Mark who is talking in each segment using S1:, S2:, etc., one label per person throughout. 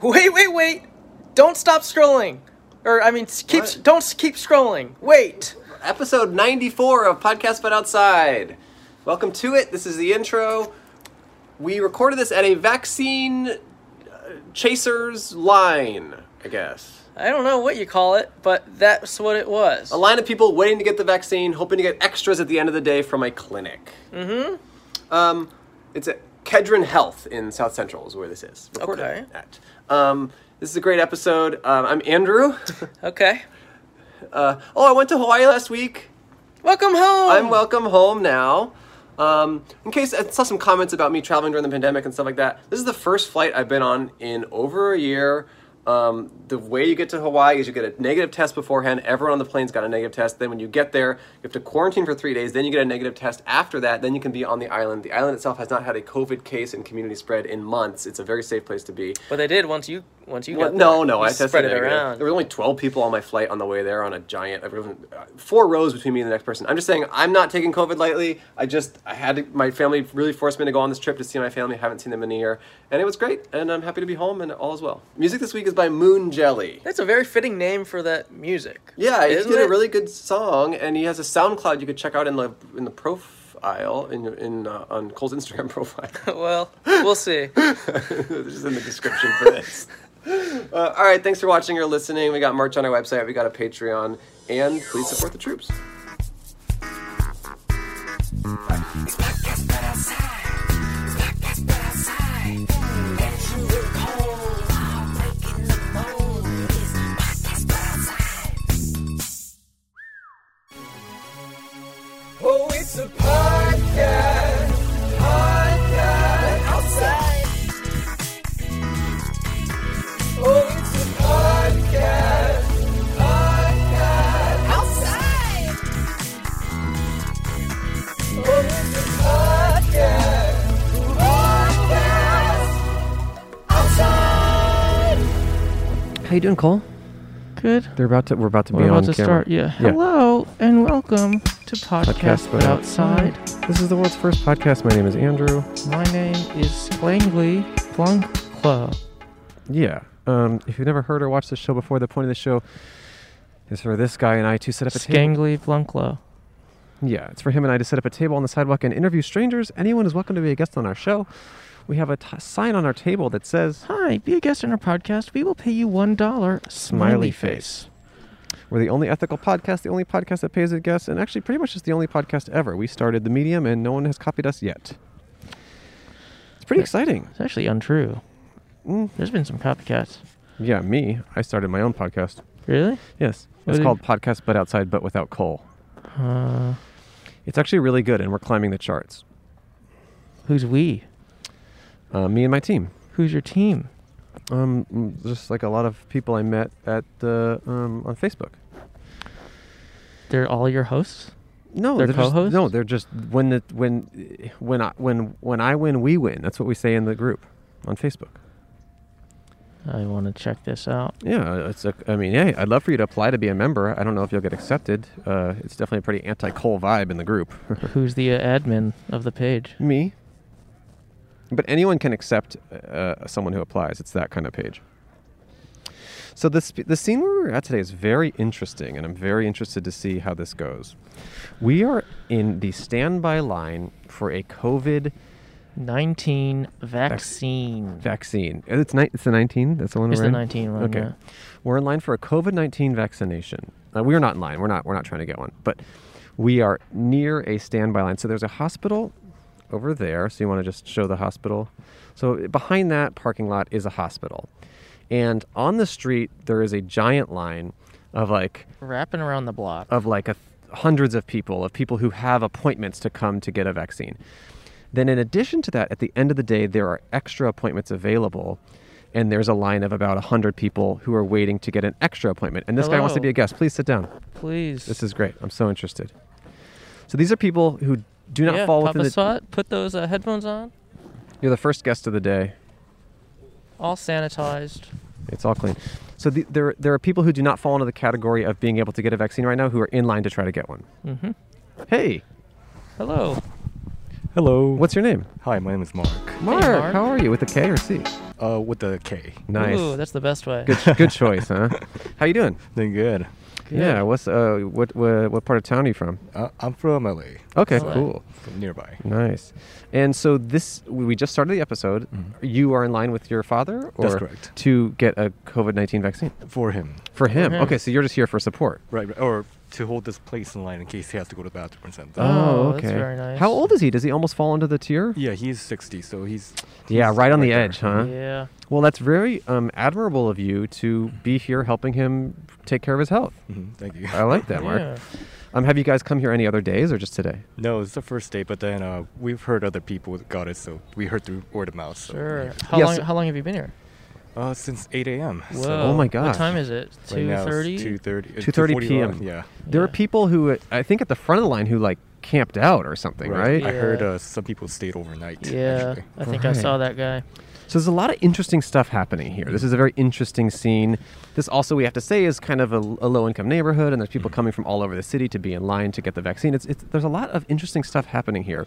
S1: Wait, wait, wait! Don't stop scrolling. Or I mean, s- keep
S2: What?
S1: don't s- keep scrolling. Wait.
S2: Episode 94 of Podcast But Outside. Welcome to it. This is the intro. We recorded this at a vaccine uh, chasers line, I guess.
S1: I don't know what you call it, but that's what it was.
S2: A line of people waiting to get the vaccine, hoping to get extras at the end of the day from a clinic. Mm-hmm. Um, it's at Kedron Health in South Central is where this is. Recorded
S1: Okay.
S2: At. Um, this is a great episode. Um, I'm Andrew.
S1: Okay.
S2: Uh, oh, I went to Hawaii last week.
S1: Welcome home.
S3: Oh.
S2: I'm welcome home now. Um, in case I saw some comments about me traveling during the pandemic and stuff like that, this is the first flight I've been on in over a year. Um, the way you get to Hawaii is you get a negative test beforehand. Everyone on the plane's got a negative test. Then when you get there, you have to quarantine for three days. Then you get a negative test after that. Then you can be on the island. The island itself has not had a COVID case and community spread in months. It's a very safe place to be.
S1: But they did once you once you
S2: Well,
S1: got
S2: no,
S1: there.
S2: no,
S1: You
S2: I tested
S1: spread it
S2: negative.
S1: around.
S2: There were only twelve people on my flight on the way there on a giant, everyone- uh, four rows between me and the next person. I'm just saying, I'm not taking COVID lightly. I just, I had to, my family really forced me to go on this trip to see my family. I haven't seen them in a year, and it was great. And I'm happy to be home and all is well. Music this week is by Moon Jelly.
S1: That's a very fitting name for that music.
S2: Yeah, he
S1: Isn't
S2: did
S1: it?
S2: a really good song, and he has a SoundCloud you could check out in the in the profile in in uh, on Cole's Instagram profile.
S1: well, we'll see.
S2: this is in the description for this. Uh, all right, thanks for watching or listening. We got merch on our website, we got a Patreon, and please support the troops.
S4: It's podcast but outside. It's podcast but outside. That you will call while breaking the mold. It's podcast but outside. Oh, it's a podcast. Podcast outside. Oh, it's a podcast. Podcast outside.
S2: How you doing, Cole?
S3: Good.
S2: They're about to. We're about to
S3: We're about to start. Yeah. Hello and welcome to Podcast,
S2: Podcast
S3: But
S2: But
S3: Outside.
S2: This is the world's first podcast. My name is Andrew.
S3: My name is Langley Plunkla.
S2: Yeah. Um, if you've never heard or watched this show before, the point of the show is for this guy and I to set up a table.
S3: Skangly Plunkla.
S2: Yeah, it's for him and I to set up a table on the sidewalk and interview strangers. Anyone is welcome to be a guest on our show. We have a t- sign on our table that says
S3: Hi, be a guest on our podcast. We will pay you one dollar.
S2: Smiley face. We're the only ethical podcast, the only podcast that pays a guest, and actually pretty much just the only podcast ever. We started the medium and no one has copied us yet. It's pretty exciting.
S3: It's actually untrue.
S2: Mm.
S3: There's been some copycats.
S2: Yeah, me. I started my own podcast.
S3: Really?
S2: Yes.
S3: What
S2: it's
S3: did-
S2: called Podcast But Outside But Without Coal.
S3: Uh,
S2: It's actually really good and we're climbing the charts.
S3: who's we?
S2: Uh, me and my team.
S3: Who's your team?
S2: Um, mm, just like a lot of people I met at the um, on Facebook.
S3: They're all your hosts.
S2: No,
S3: They're
S2: just-
S3: co-hosts?
S2: no, they're just when the when when I when when I win, we win. That's what we say in the group on Facebook.
S3: I want to check this out.
S2: Yeah, uh, it's a, I mean, hey, I'd love for you to apply to be a member. I don't know if you'll get accepted. Uh, it's definitely a pretty anti-coal vibe in the group.
S3: Who's the uh, admin of the page?
S2: Me. But anyone can accept uh, someone who applies. It's that kind of page. So the sp- the scene where we're at today is very interesting, and I'm very interested to see how this goes. We are in the standby line for a COVID
S3: Nineteen vaccine.
S2: vaccine. And It's ni- it's the 19. That's the one.
S3: It's
S2: we're
S3: the
S2: in?
S3: 19 one,
S2: Okay,
S3: yeah.
S2: we're in line for a COVID 19 vaccination. Uh, we're not in line. We're not. We're not trying to get one, but we are near a standby line. So there's a hospital over there. So you want to just show the hospital. So behind that parking lot is a hospital, and on the street there is a giant line of like
S3: Wrapping around the block.
S2: of like a th- hundreds of people of people who have appointments to come to get a vaccine then in addition to that at the end of the day there are extra appointments available and there's a line of about 100 people who are waiting to get an extra appointment and this guy wants to
S3: Hello.
S2: be a guest please sit down
S3: Please.
S2: this is great i'm so interested so these are people who do not
S3: yeah,
S2: fall
S3: Papa
S2: within the
S3: Sot, put those uh, headphones on.
S2: you're the first guest of the day
S3: All sanitized.
S2: It's all clean. So the, there, there are people who do not fall into the category of being able to get a vaccine right now who are in line to try to get one. Mm-hmm. Hey,
S3: Hello.
S5: Hello.
S2: What's your name?
S5: Hi, my name is Mark.
S2: Mark,
S3: Mark.
S2: how are you? With a K or C?
S5: Uh, with the K.
S2: Nice.
S3: Ooh, that's the best way.
S2: good, ch- good choice, huh? How you doing?
S5: Doing good.
S3: Good.
S2: Yeah. What's uh what, what what part of town are you from?
S5: Uh, I'm from LA.
S2: Okay,
S3: Alright.
S2: cool,
S5: From nearby.
S2: nice. And so this we just started the episode.
S3: Mm-hmm.
S2: You are in line with your father, or
S5: That's correct.
S2: to get a COVID nineteen vaccine
S5: For him.
S2: for him.
S3: him.
S2: Okay, so you're just here for support.
S5: Right, right. Or to hold this place in line in case he has to go to the bathroom or something.
S3: Oh, that's very nice.
S2: How old is he? Does he almost fall into the tier?
S5: Yeah, he's 60, so he's.
S2: Yeah,
S5: he's
S2: right on the
S5: there.
S2: edge, huh?
S3: Yeah.
S2: Well, that's very um, admirable of you to be here helping him take care of his health.
S5: Mhm, Thank you.
S2: I like that, Mark.
S3: Yeah.
S2: Um, have you guys come here any other days or just today?
S5: No, it's the first day, but then uh, we've heard other people that got it, so we heard through word of mouth. So
S3: Sure.
S5: yeah.
S3: How
S2: Yeah,
S3: long?
S2: so-
S3: how long have you been here?
S5: Uh, since 8 a.m.
S3: Whoa.
S5: So
S2: Oh my
S3: What
S2: gosh.
S3: time is it?
S5: right
S3: Two
S5: now
S3: thirty.
S5: it's 2:30. uh,
S2: 2:30
S5: 2:40
S2: p.m..
S5: around, Yeah.
S2: There are
S3: Yeah.
S2: people who uh, I think at the front of the line who like camped out or something, right?
S5: I heard
S3: Yeah.
S5: uh, some people stayed overnight.
S3: Yeah.
S5: Actually.
S3: I think I
S2: Right.
S3: saw that guy.
S2: So there's a lot of interesting stuff happening here. This is a very interesting scene. This also we have to say is kind of a, a low-income neighborhood, and there's people
S3: Mm-hmm.
S2: coming from all over the city to be in line to get the vaccine. It's, it's there's a lot of interesting stuff happening here.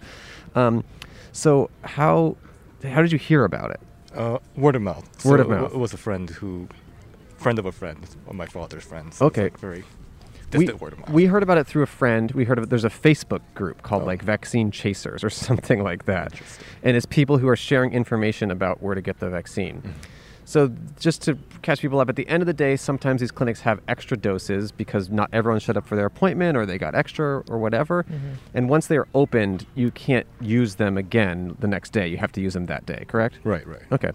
S2: Um, so how how did you hear about it?
S5: Uh, word of mouth.
S2: Word of
S5: it wa-
S2: mouth.
S5: It was a friend who, friend of a friend, of my father's friend. so it's,
S2: Okay.
S5: like, very distant word of mouth. Oh.
S2: we heard about it through a friend. We heard of there's a Facebook group called like Vaccine Chasers or something like that, and it's people who are sharing information about where to get the vaccine.
S5: Mm-hmm.
S2: So just to catch people up, at the end of the day, sometimes these clinics have extra doses because not everyone showed up for their appointment or they got extra or whatever.
S5: Mm-hmm.
S2: And once they are opened, you can't use them again the next day. You have to use them that day, correct?
S5: Right, right.
S2: Okay.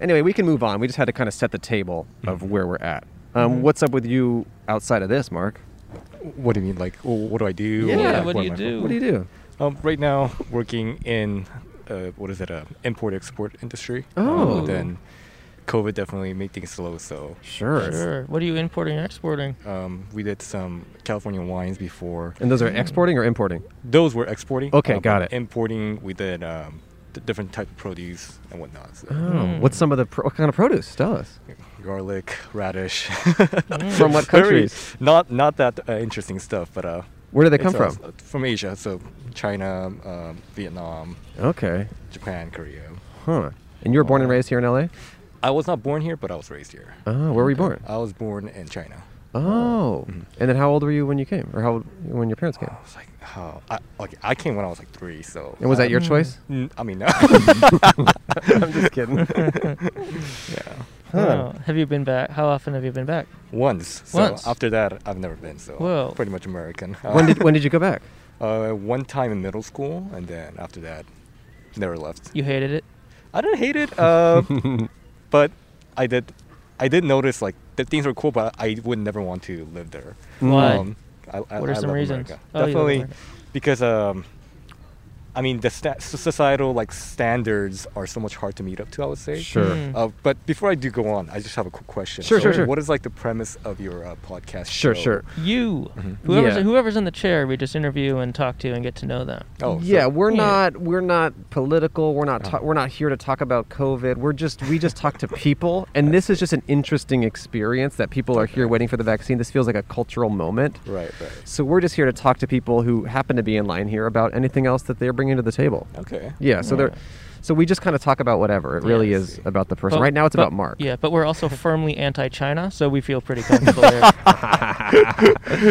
S2: Anyway, we can move on. We just had to kind of set the table of
S5: Mm-hmm.
S2: where we're at. Um, What's up with you outside of this, Mark?
S5: What do you mean? Like, oh, what do I do?
S2: Yeah,
S5: Like,
S3: what do you
S5: am I-
S3: do?
S2: What do you do?
S5: Um, right now, working in uh, what is it? Uh, import export industry. Um,
S2: Oh.
S5: but then, COVID definitely made things slow. So,
S2: Sure.
S3: Sure. What are you importing and exporting?
S5: um, we did some California wines before.
S2: And those are exporting or importing?
S5: Those were exporting.
S2: Okay,
S5: uh,
S2: got
S5: but
S2: it.
S5: Importing, we did um, d- different type of produce and whatnot.
S2: Hmm.
S5: So.
S2: What's some of the pro- what kind of produce? Tell us.
S5: garlic, radish.
S2: Mm. From what
S5: Very-
S2: countries?
S5: not not that uh, interesting stuff, but uh,
S2: Where do they
S5: it's,
S2: come
S5: uh,
S2: from?
S5: From Asia, so China, um, Vietnam,
S2: Okay.
S5: Japan, Korea.
S2: Huh. And you were born and raised here in LA?
S5: I was not born here, but I was raised here.
S2: Oh, where were you born?
S5: I was born in China.
S2: Oh. And then how old were you when you came? Or how old when your parents came?
S5: I was like, oh, I, okay, I came when I was like three, so.
S2: And was that
S5: I-
S2: your choice?
S5: N- I mean, no.
S2: Uh, I'm just kidding.
S3: Oh, have you been back? How often have you been back?
S5: Once. So
S3: Once.
S5: after that, I've never been. So
S3: Whoa.
S5: pretty much American.
S2: when did when did you go back?
S5: uh, one time in middle school, and then after that, never left.
S3: You hated it.
S5: I didn't hate it, uh, but I did. I did notice like the things were cool, but I would never want to live there. Um,
S3: Why?
S2: Hmm.
S5: I, I,
S3: What are
S5: I
S3: some
S5: love
S3: reasons?
S5: America.
S3: Oh, you love
S5: Definitely,
S3: America.
S5: because um, I mean the sta- so- societal like standards are so much hard to meet up to. I would say.
S2: Sure.
S3: Mm.
S5: Uh, but before I do go on, I just have a quick question.
S2: Sure,
S5: So
S2: sure, sure.
S5: What is like the premise of your uh, podcast?
S2: Sure,
S5: show?
S2: sure.
S3: You. Whoever's
S2: Mm-hmm. Yeah.
S3: whoever's in the chair, we just interview and talk to and get to know them.
S5: Oh, so-
S2: yeah, we're
S3: Yeah.
S2: not we're not political. We're not ta- we're not here to talk about COVID. We're just we just talk to people, and this is just an interesting experience that people are here waiting for the vaccine. This feels like a cultural moment.
S5: Right, right.
S2: So we're just here to talk to people who happen to be in line here about anything else that they're bringing to the table.
S5: Okay.
S2: Yeah. So they're so we just kind of talk about whatever. It really
S3: I
S2: is
S5: see.
S2: about the person.
S3: But-
S2: right now, it's
S3: but-
S2: about Mark.
S3: Yeah, but we're also firmly anti-China, so we feel pretty comfortable there.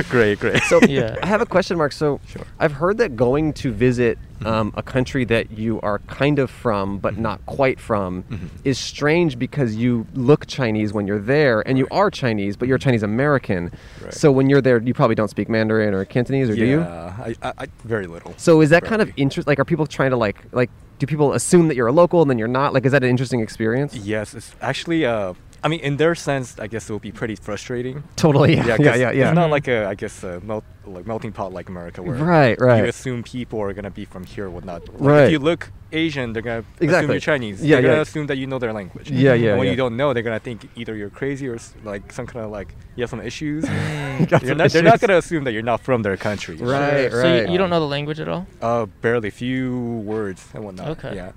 S5: great, great.
S2: So
S3: Yeah.
S2: I have a question, Mark. So I've heard that going to visit
S5: Mm-hmm.
S2: um, a country that you are kind of from but not quite from
S5: Mm-hmm.
S2: is strange because you look Chinese when you're there, and you are Chinese, but you're Chinese American.
S5: Mm-hmm. Right.
S2: So when you're there, you probably don't speak Mandarin or Cantonese, or do you?
S5: Yeah, I, I, I, very little.
S2: So is that kind of
S5: Barely.
S2: interest? Like, are people trying to like like do people assume that you're a local and then you're not? Like, is that an interesting experience?
S5: Yes, it's actually. Uh, I mean, in their sense, I guess it will be pretty frustrating.
S2: Totally. Yeah. Yeah.
S5: 'cause
S2: Yeah. Yeah.
S5: It's not like a, I guess, a melt, like melting pot like America, where
S2: Right, right.
S5: you assume people are gonna be from here, whatnot. Like,
S2: Right.
S5: If you look Asian, they're gonna assume
S2: Exactly.
S5: you're Chinese.
S2: Yeah,
S5: they're
S2: yeah.
S5: gonna assume that you know their language.
S2: Yeah, yeah,
S5: And when
S2: yeah.
S5: you don't know, they're gonna think either you're crazy or s- like some kind of like you have some issues.
S2: You got
S5: You're
S2: some
S5: not, they're not
S2: issues.
S5: gonna assume that you're not from their country.
S2: Right.
S3: so you-
S2: right.
S3: you, don't know the language at all.
S5: Uh, barely few words and whatnot.
S3: Okay.
S5: Yeah.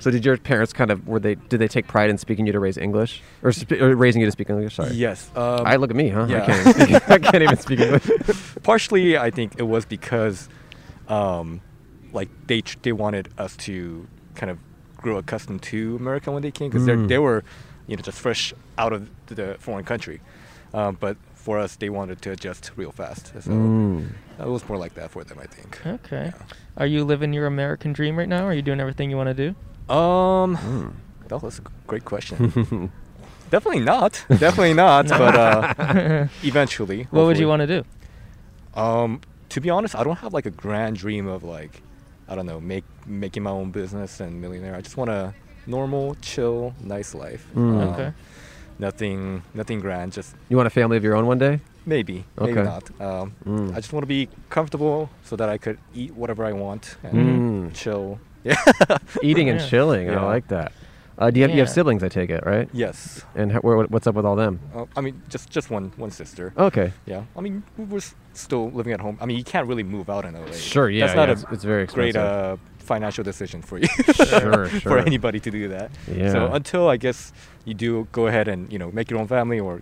S2: So did your parents kind of were they did they take pride in speaking you to raise English or, sp- or raising you to speak English? Sorry.
S5: Yes. Um,
S2: I look at me, huh? I
S5: yeah.
S2: can't even speak, I can't even speak English.
S5: partially i think it was because um, like they ch- they wanted us to kind of grow accustomed to America when they came because they they were you know just fresh out of the foreign country, um, but for us they wanted to adjust real fast. So
S2: Mm.
S5: it was more like that for them, I think.
S3: Okay. Are you living your American dream right now? Are you doing everything you want to do?
S5: Um,
S2: Mm.
S5: that was a great question. Definitely not. Definitely not. but uh, eventually,
S3: What would you want to do?
S5: Um, to be honest, I don't have like a grand dream of like, I don't know, make making my own business and millionaire. I just want a normal, chill, nice life.
S2: Mm,
S5: Uh,
S3: Okay.
S5: Nothing, nothing grand. Just
S2: You want a family of your own one day?
S5: maybe, maybe
S2: Okay.
S5: not. Um,
S2: Mm.
S5: I just want to be comfortable so that I could eat whatever I want and
S2: Mm.
S5: chill. Yeah.
S2: Eating and
S3: Yeah.
S2: chilling.
S5: Yeah.
S2: I like that. Uh, do you have you have
S3: Yeah.
S2: siblings? I take it right.
S5: yes.
S2: And how, where, what's up with all them?
S5: Uh, I mean, just just one one sister.
S2: Okay.
S5: Yeah, I mean, we we're s- still living at home. I mean, you can't really move out in LA.
S2: Sure, yeah,
S5: that's not
S2: yeah,
S5: a
S2: it's- it's very
S5: great uh,
S2: expensive.
S5: financial decision for you.
S2: Sure,
S5: For
S2: sure.
S5: anybody to do that. So
S2: Yeah.
S5: until I guess you do go ahead and you know make your own family or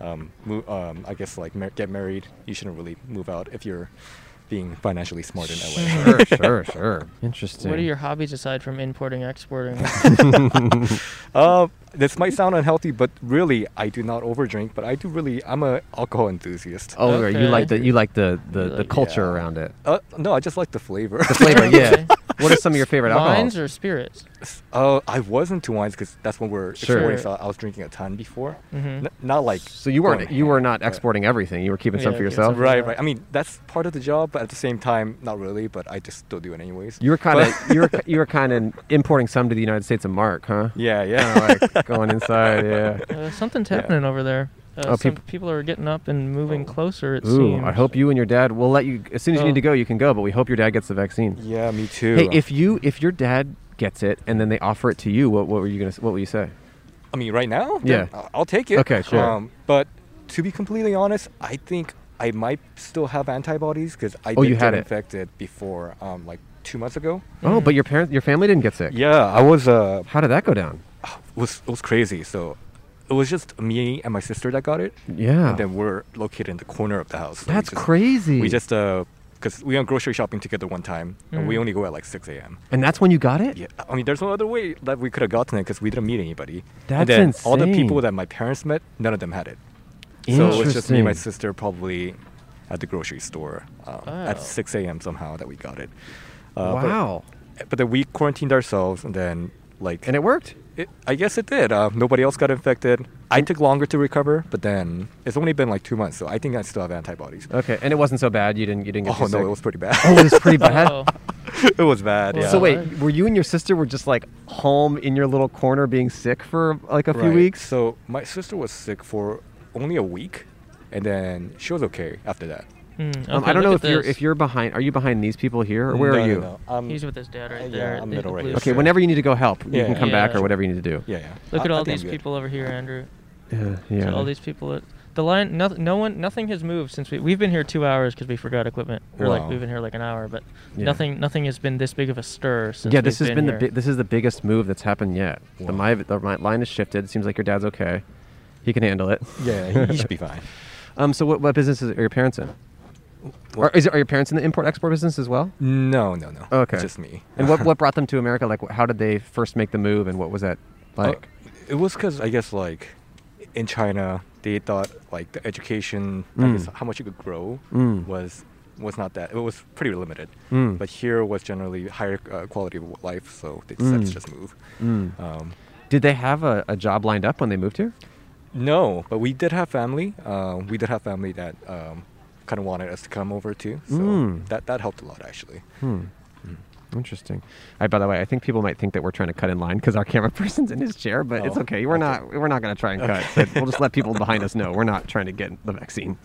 S5: um, move, um, I guess like mar- get married, you shouldn't really move out if you're being financially smart in LA.
S2: sure, sure, sure. Interesting.
S3: What are your hobbies aside from importing, exporting?
S5: Uh, this might sound unhealthy, but really, I do not overdrink. But I do really, I'm a alcohol enthusiast.
S2: Oh, right, you like
S3: Okay.
S2: the you like the the,
S3: You
S2: the
S3: like-
S2: culture
S5: yeah.
S2: around it.
S5: Uh, no, I just like the flavor.
S2: The flavor, yeah.
S3: Okay.
S2: What are some of your favorite
S3: Wines
S2: alcohols?
S3: or spirits?
S5: Oh, I was into wines because that's when we're
S2: Sure. Mm-hmm.
S5: exporting. So I was drinking a ton before.
S3: Mhm.
S5: N- not like
S2: so you weren't
S5: going
S2: you were
S5: ham,
S2: not
S5: but-
S2: exporting everything. You were keeping some
S3: Yeah,
S2: for
S3: keep some
S2: yourself.
S3: for-
S5: Right, right. I mean, that's part of the job, but at the same time, not really. But I just still do it anyways.
S2: You were kind of you were you were kind of importing some to the United States of Mark, huh?
S5: Yeah, yeah.
S2: Kinda like going inside, yeah.
S3: Uh, something's happening over there. Uh,
S2: Oh,
S3: some
S2: peop- Oh.
S3: people are getting up and moving closer. It
S2: Ooh,
S3: seems.
S2: I hope you and your dad. We'll let you as soon as you
S3: Oh.
S2: need to go. You can go, but we hope your dad gets the vaccine.
S5: yeah, me too.
S2: Hey, if you if your dad gets it and then they offer it to you, what what were you gonna s- what will you say?
S5: I mean, right now,
S2: Yeah.
S5: then I- I'll take it. Um,
S2: Okay, sure.
S5: but to be completely honest, I think I might still have antibodies because I
S2: Oh,
S5: did
S2: you had
S5: get
S2: it.
S5: infected before, um, like two months ago.
S2: Oh, but your parents, your family didn't get sick.
S5: Yeah, I was uh,
S2: How did that go down?
S5: was it was crazy. So it was just me and my sister that got it.
S2: Yeah.
S5: And then we're located in the corner of the house. so we
S2: That's
S5: just-
S2: crazy.
S5: We just uh, because we went grocery shopping together one time, and we only go at like six a.m.
S2: and that's when you got it.
S5: Yeah, I mean, there's no other way that we could have gotten it because we didn't meet anybody.
S2: That's
S5: and then All the
S2: insane.
S5: people that my parents met, none of them had it. So it was just me and my
S2: Interesting.
S5: sister probably at the grocery store um,
S3: Wow.
S5: at 6 a.m. somehow that we got it. Uh, but-
S2: wow.
S5: But, then we quarantined ourselves and then like
S2: and it worked.
S5: it, I guess it did. Uh, nobody else got infected. I took longer to recover, but then it's only been like two months, so I think I still have antibodies.
S2: Okay, and it wasn't so bad. You didn't you didn't get
S5: oh
S2: too
S5: no,
S2: sick?
S5: it was pretty
S2: Oh,
S5: bad.
S2: it was pretty bad.
S3: Oh,
S5: it was bad. Yeah.
S2: So wait,
S3: Alright.
S2: were you and your sister were just like home in your little corner being sick for like a few
S5: Right.
S2: weeks?
S5: So my sister was sick for only a week, and then she was okay after that.
S3: hmm,
S2: Um,
S3: okay,
S2: I don't
S3: look
S2: know
S3: at
S2: if you're
S3: this.
S2: if you're behind. Are you behind these people here, or where
S5: No,
S2: are
S5: no,
S2: you?
S5: no. Um,
S3: He's with his dad right
S5: yeah,
S3: there.
S5: I'm
S3: the-
S5: middle
S3: the
S5: right
S3: blue
S5: here.
S2: Okay,
S3: shirt.
S2: whenever you need to go help, you
S5: Yeah,
S2: can
S5: yeah.
S2: come back
S3: Yeah.
S2: or whatever you need to do.
S5: yeah, yeah.
S3: Look
S5: I-
S3: at
S5: I
S3: all
S5: think
S3: these
S5: I'm good.
S3: people over here, Andrew.
S2: Yeah,
S3: So
S2: yeah.
S3: all these people. At, the line. No, no one. Nothing has moved since we we've been here two hours because we forgot equipment. Or like
S5: Wow.
S3: we've been here like an hour, but
S2: Yeah.
S3: nothing. Nothing has been this big of a stir since.
S2: yeah, this
S3: we've
S2: has been, the
S3: here.
S2: bi- this is the biggest move that's happened yet. The, my, the my line has shifted. Seems like your dad's okay. He can handle it.
S5: Yeah, he, he should be fine.
S2: Um. So what, what business is, are your parents in? Or is it, are your parents in the import export business as well?
S5: No, no, no.
S2: Okay.
S5: It's just me.
S2: And what what brought them to America? Like, wh- how did they first make the move, and what was that like?
S5: Uh, it was because I guess like in China they thought like the education, I guess how much you could grow
S2: Mm.
S5: was was not that it was pretty limited.
S2: Mm.
S5: But here was generally higher uh, quality of life, so they decided
S2: Mm.
S5: to just move.
S2: Mm.
S5: Um,
S2: Did they have a, a job lined up when they moved here?
S5: No, but we did have family. Uh, we did have family that um, kind of wanted us to come over too. So
S2: Mm.
S5: that, that helped a lot actually.
S2: Hmm. Interesting. I, by the way, I think people might think that we're trying to cut in line because our camera person's in his chair, but it's
S5: Oh,
S2: okay. We're not. We're not going to try and cut. But we'll just let people behind us know we're not trying to get the vaccine.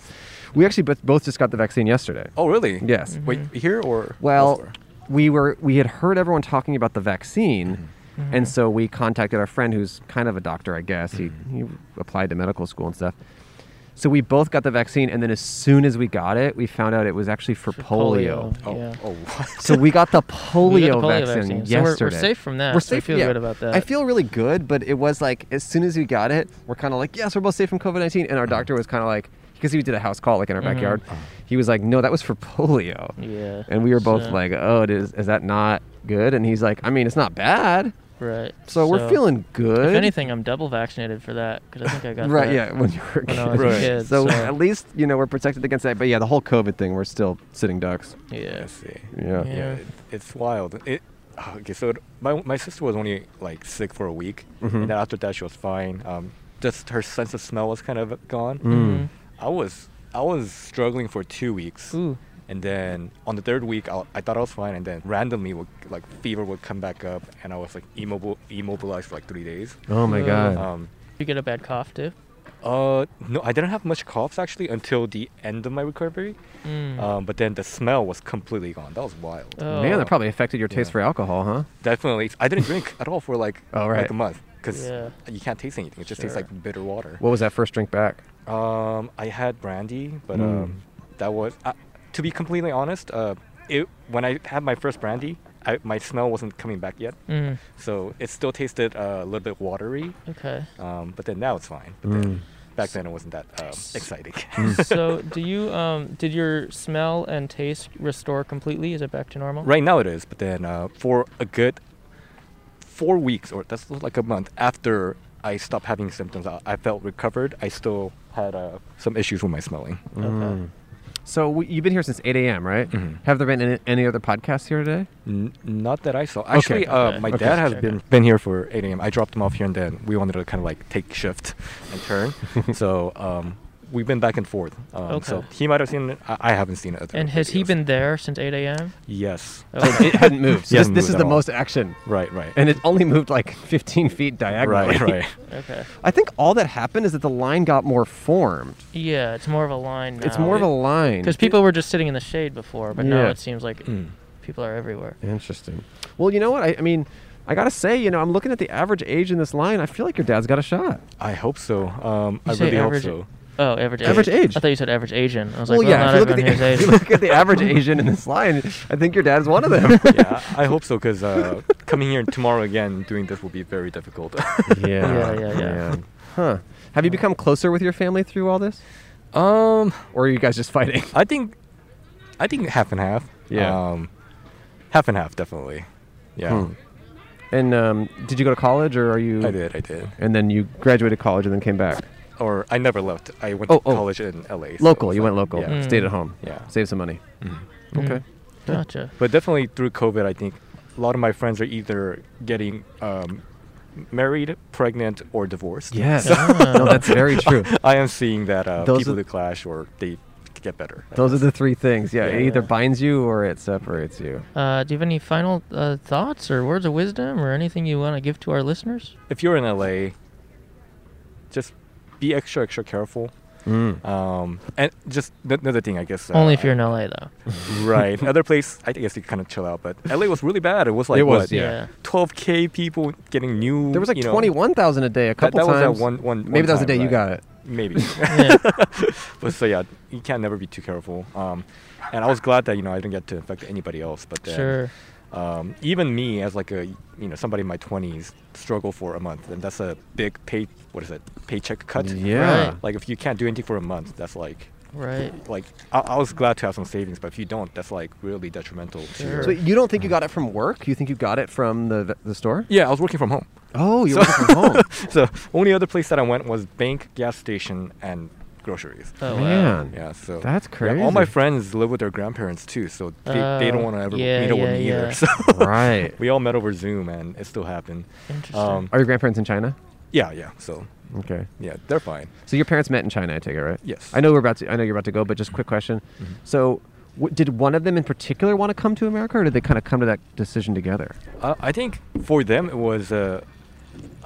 S2: We actually both, both just got the vaccine yesterday.
S5: Oh, really?
S2: Yes.
S5: Wait, here or
S2: Well,
S5: elsewhere?
S2: we were Mm-hmm. we had heard everyone talking about the vaccine, and so we contacted our friend who's kind of a doctor, I guess. He, he applied to medical school and stuff. So we both got the vaccine, and then as soon as we got it, we found out it was actually for, polio.
S3: polio.
S5: Oh,
S3: yeah.
S5: oh, what?
S2: So we got the polio,
S3: We got the polio
S2: vaccine,
S3: vaccine, so we're- we're
S2: yesterday.
S3: safe from that,
S2: We're
S3: so I
S2: safe.
S3: feel
S2: yeah.
S3: good about that.
S2: I feel really
S3: Mm-hmm.
S2: good, but it was like as soon as we got it, we're kind of like, yes, we're both safe from COVID nineteen, and our doctor was kind of like, because he did a house call like in our backyard. He was like, "No, that was for polio."
S3: Yeah.
S2: And we were both
S3: So-
S2: like, "Oh, it is, is that not good?" And he's like, "I mean, it's not bad."
S3: Right.
S2: So, we're feeling good.
S3: If anything, I'm double vaccinated for that because I think I got
S2: right?
S3: that.
S2: Yeah, when you were a
S3: when I
S2: kid.
S3: was a
S5: Right.
S3: kid,
S2: So,
S3: so-
S2: at least you know we're protected against that. But yeah, the whole COVID thing, we're still sitting ducks.
S3: Yeah.
S5: Let's see.
S2: Yeah.
S3: Yeah.
S5: Yeah, it, it's wild. It oh, okay. So it, my my sister was only like sick for a week,
S3: Mm-hmm.
S5: and then after that she was fine. Um, just her sense of smell was kind of gone.
S2: Hmm.
S3: Mhm.
S5: I was I was struggling for two weeks,
S3: Mm-hmm. Ooh.
S5: and then on the third week I, I thought I was fine, and then randomly would, like fever would come back up, and I was like immobile immobilized for like three days.
S2: Oh my
S3: Uh,
S2: god.
S5: Um,
S3: You get a bad cough too.
S5: uh, no, I didn't have much coughs actually until the end of my recovery.
S3: Mm.
S2: Uh.
S5: Um, but then the smell was completely gone. That was wild.
S3: Oh.
S2: Man, that probably affected your taste
S5: Yeah.
S2: for alcohol, huh?
S5: Definitely. I didn't drink at all for like
S2: Oh, right.
S5: like a month because
S3: Yeah.
S5: you can't taste anything. It just tastes
S3: Sure.
S5: like bitter water.
S2: What was that first drink back?
S5: Um, I had brandy, but
S2: Mm.
S5: um, that was uh, to be completely honest. Uh, it when I had my first brandy, I, my smell wasn't coming back yet,
S3: Mm.
S5: so it still tasted uh, a little bit watery.
S3: Okay.
S5: Um, but then now it's fine. But
S2: Mm.
S5: then, back then it wasn't that um, exciting.
S3: so do you um did your smell and taste restore completely? Is it back to normal?
S5: right now it is, but then uh, for a good four weeks or that's like a month after I stopped having symptoms, I, I felt recovered. I still had uh, some issues with my smelling.
S3: Okay.
S2: Mm. So we, you've been here since 8 a.m., right? Have there been any, any other podcasts here today?
S5: N- not that I saw. Actually,
S3: Okay.
S5: uh, my
S3: Okay.
S5: dad has
S3: Okay.
S5: been been here for 8 a.m. I dropped him off here and then we wanted to kind of like take shift and turn. so um, we've been back and forth. Um, So
S3: Okay.
S5: he might have seen it. I, I haven't seen it.
S3: And has he been Oh. there since 8 a.m.?
S5: Yes.
S3: Okay.
S2: It hadn't moved. So
S5: Yeah,
S2: this,
S5: it
S2: this
S5: moved
S2: is
S5: at
S2: the
S5: all.
S2: most action.
S5: Right. Right.
S2: And it only moved like 15 feet diagonally.
S5: right. Right.
S3: okay.
S2: I think all that happened is that the line got more formed.
S3: Yeah, it's more of a line now.
S2: It's more of a line.
S3: because people were just sitting in the shade before, but now
S2: Yeah. Mm.
S3: it seems like people are everywhere.
S2: Interesting. Well, you know what? I, I mean, I got to say, you know, I'm looking at the average age in this line. I feel like your dad's got a shot.
S5: I hope so. Um,
S3: You
S5: I
S3: say
S5: really hope
S3: average-
S5: so.
S3: Oh, average age.
S2: Average age.
S3: I thought you said average Asian. I was like,
S2: well,
S3: well,
S2: yeah,
S3: not
S2: if you, look
S3: everyone
S2: at
S3: here's Asian.
S2: the, if you look at the average Asian in this line, I think your dad's one of them.
S5: yeah, I hope so because uh, coming here tomorrow again doing this will be very difficult.
S3: Yeah, yeah, yeah.
S2: man. Huh. Have you become closer with your family through all this?
S5: um,
S2: Or are you guys just fighting?
S5: I think, I think half and half.
S2: Yeah.
S5: Um, half and half definitely. Yeah,
S2: Hmm. And um, did you go to college or are you?
S5: I did, I did.
S2: And then you graduated college and then came back.
S5: Or I never left. I went
S2: Oh,
S5: to
S2: oh.
S5: college in LA. so
S2: Local,
S5: it's
S2: you
S5: like-
S2: went local.
S5: Yeah.
S2: Stayed at home.
S5: Yeah. Mm-hmm.
S2: Saved some money. Mm-hmm. Okay.
S3: Gotcha.
S5: But definitely through COVID, I think a lot of my friends are either getting um, married, pregnant, or divorced.
S2: Yes. no, that's very true.
S5: I am seeing that uh,
S2: Those
S5: people
S2: are-
S5: who clash or they get better.
S2: Those are the three things. Yeah, it
S3: Yeah.
S2: either binds you or it separates you.
S3: Uh, do you have any final uh, thoughts or words of wisdom or anything you want to give to our listeners?
S5: if you're in LA, just be extra extra careful.
S2: Mm.
S5: Um, and just th- another thing, I guess. uh,
S3: Only if you're in LA, though.
S5: right. Another place, I guess you can kind of chill out, but LA was really bad. It was like
S2: It was,
S5: what,
S2: yeah.
S5: 12k people getting new.
S2: There was like
S5: you know,
S2: 21,000 a day a
S5: That,
S2: couple
S5: that was
S2: times.
S5: at one one.
S2: Maybe
S5: one
S2: that was the
S5: time,
S2: day you
S5: right.
S2: got it.
S5: Maybe.
S3: Yeah.
S5: but so yeah, you can never be too careful. Um, and I was glad that you know I didn't get to infect anybody else. But then,
S3: sure.
S5: um, even me as like a you know somebody in my 20s struggle for a month and that's a big pay what is it paycheck cut
S2: Yeah.
S3: Right.
S5: like if you can't do anything for a month that's like
S3: Right.
S5: like I, I was glad to have some savings but if you don't that's like really detrimental to your-
S3: Sure.
S2: So you don't think you got it from work? You think you got it from the the store?
S5: yeah i was working from home
S2: Oh, you working from home.
S5: so only other place that i went was bank gas station and groceries
S3: Oh, wow.
S2: Man.
S5: yeah so
S2: That's
S5: yeah, all my
S2: crazy.
S5: friends live with their grandparents too so they, they
S3: Oh,
S5: don't want to ever
S3: yeah,
S5: meet up
S3: yeah,
S5: with me
S3: yeah.
S5: either so
S2: right.
S5: we all met over zoom and it still happened
S3: Interesting.
S5: um,
S2: Are your grandparents in China?
S5: yeah yeah so
S2: Okay.
S5: yeah they're fine
S2: So your parents met in China, I take it, right?
S5: Yes.
S2: I know we're about to. I know you're about to go, but just quick question. So, w- did one of them in particular want to come to America, or did they kind of come to that decision together?
S5: Uh, I think for them it was. Uh,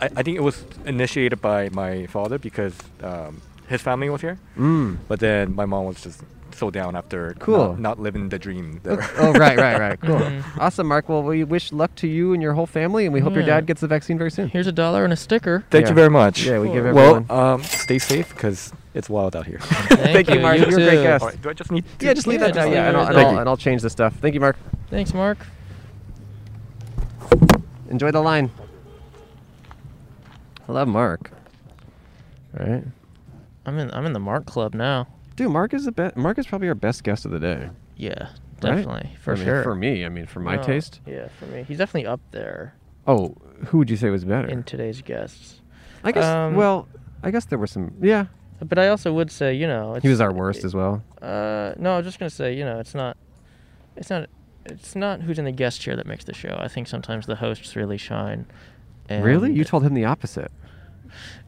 S5: I, I think it was initiated by my father because um, his family was here,
S2: Mm.
S5: but then my mom was just so down after
S2: Cool.
S5: not, not living the dream there.
S2: oh, right, right, right. Cool. Awesome, Mark. Well, we wish luck to you and your whole family, and we hope your
S3: Yeah.
S2: dad gets the vaccine very soon.
S3: Here's a dollar and a sticker.
S5: Thank
S2: Yeah.
S5: you very much.
S2: Yeah, we give
S3: Cool.
S2: everyone.
S5: Well, um, stay safe because it's wild out here.
S3: Thank,
S2: you, Mark. You're a great
S3: too.
S2: guest.
S5: All right, do I just need? To
S2: yeah, just leave
S3: yeah,
S2: that
S3: just
S2: down. Yeah,
S3: leave
S2: and
S3: it
S2: I'll, and,
S3: there.
S2: I'll, and I'll change the stuff. Thank you, Mark.
S3: Thanks, Mark.
S2: Enjoy the line. I love Mark. All right.
S3: I'm in. I'm in the Mark Club now.
S6: Dude, Mark is the best. Mark is probably our best guest of the day.
S7: Yeah,
S6: right?
S7: definitely for
S6: I mean,
S7: sure.
S6: For me, I mean, for my
S3: Oh,
S7: No,
S6: taste.
S7: Yeah, for me, he's definitely up there
S6: Oh, who would you say was better?
S7: in today's guests.
S6: I guess.
S7: um,
S6: well, I guess there were some. Yeah,
S7: But I also would say, you know, it's,
S6: he was our worst as well.
S7: Uh, no, I was just gonna say, you know, it's not, it's not, it's not who's in the guest chair that makes the show. I think sometimes the hosts really shine. And
S6: Really? You told him the opposite.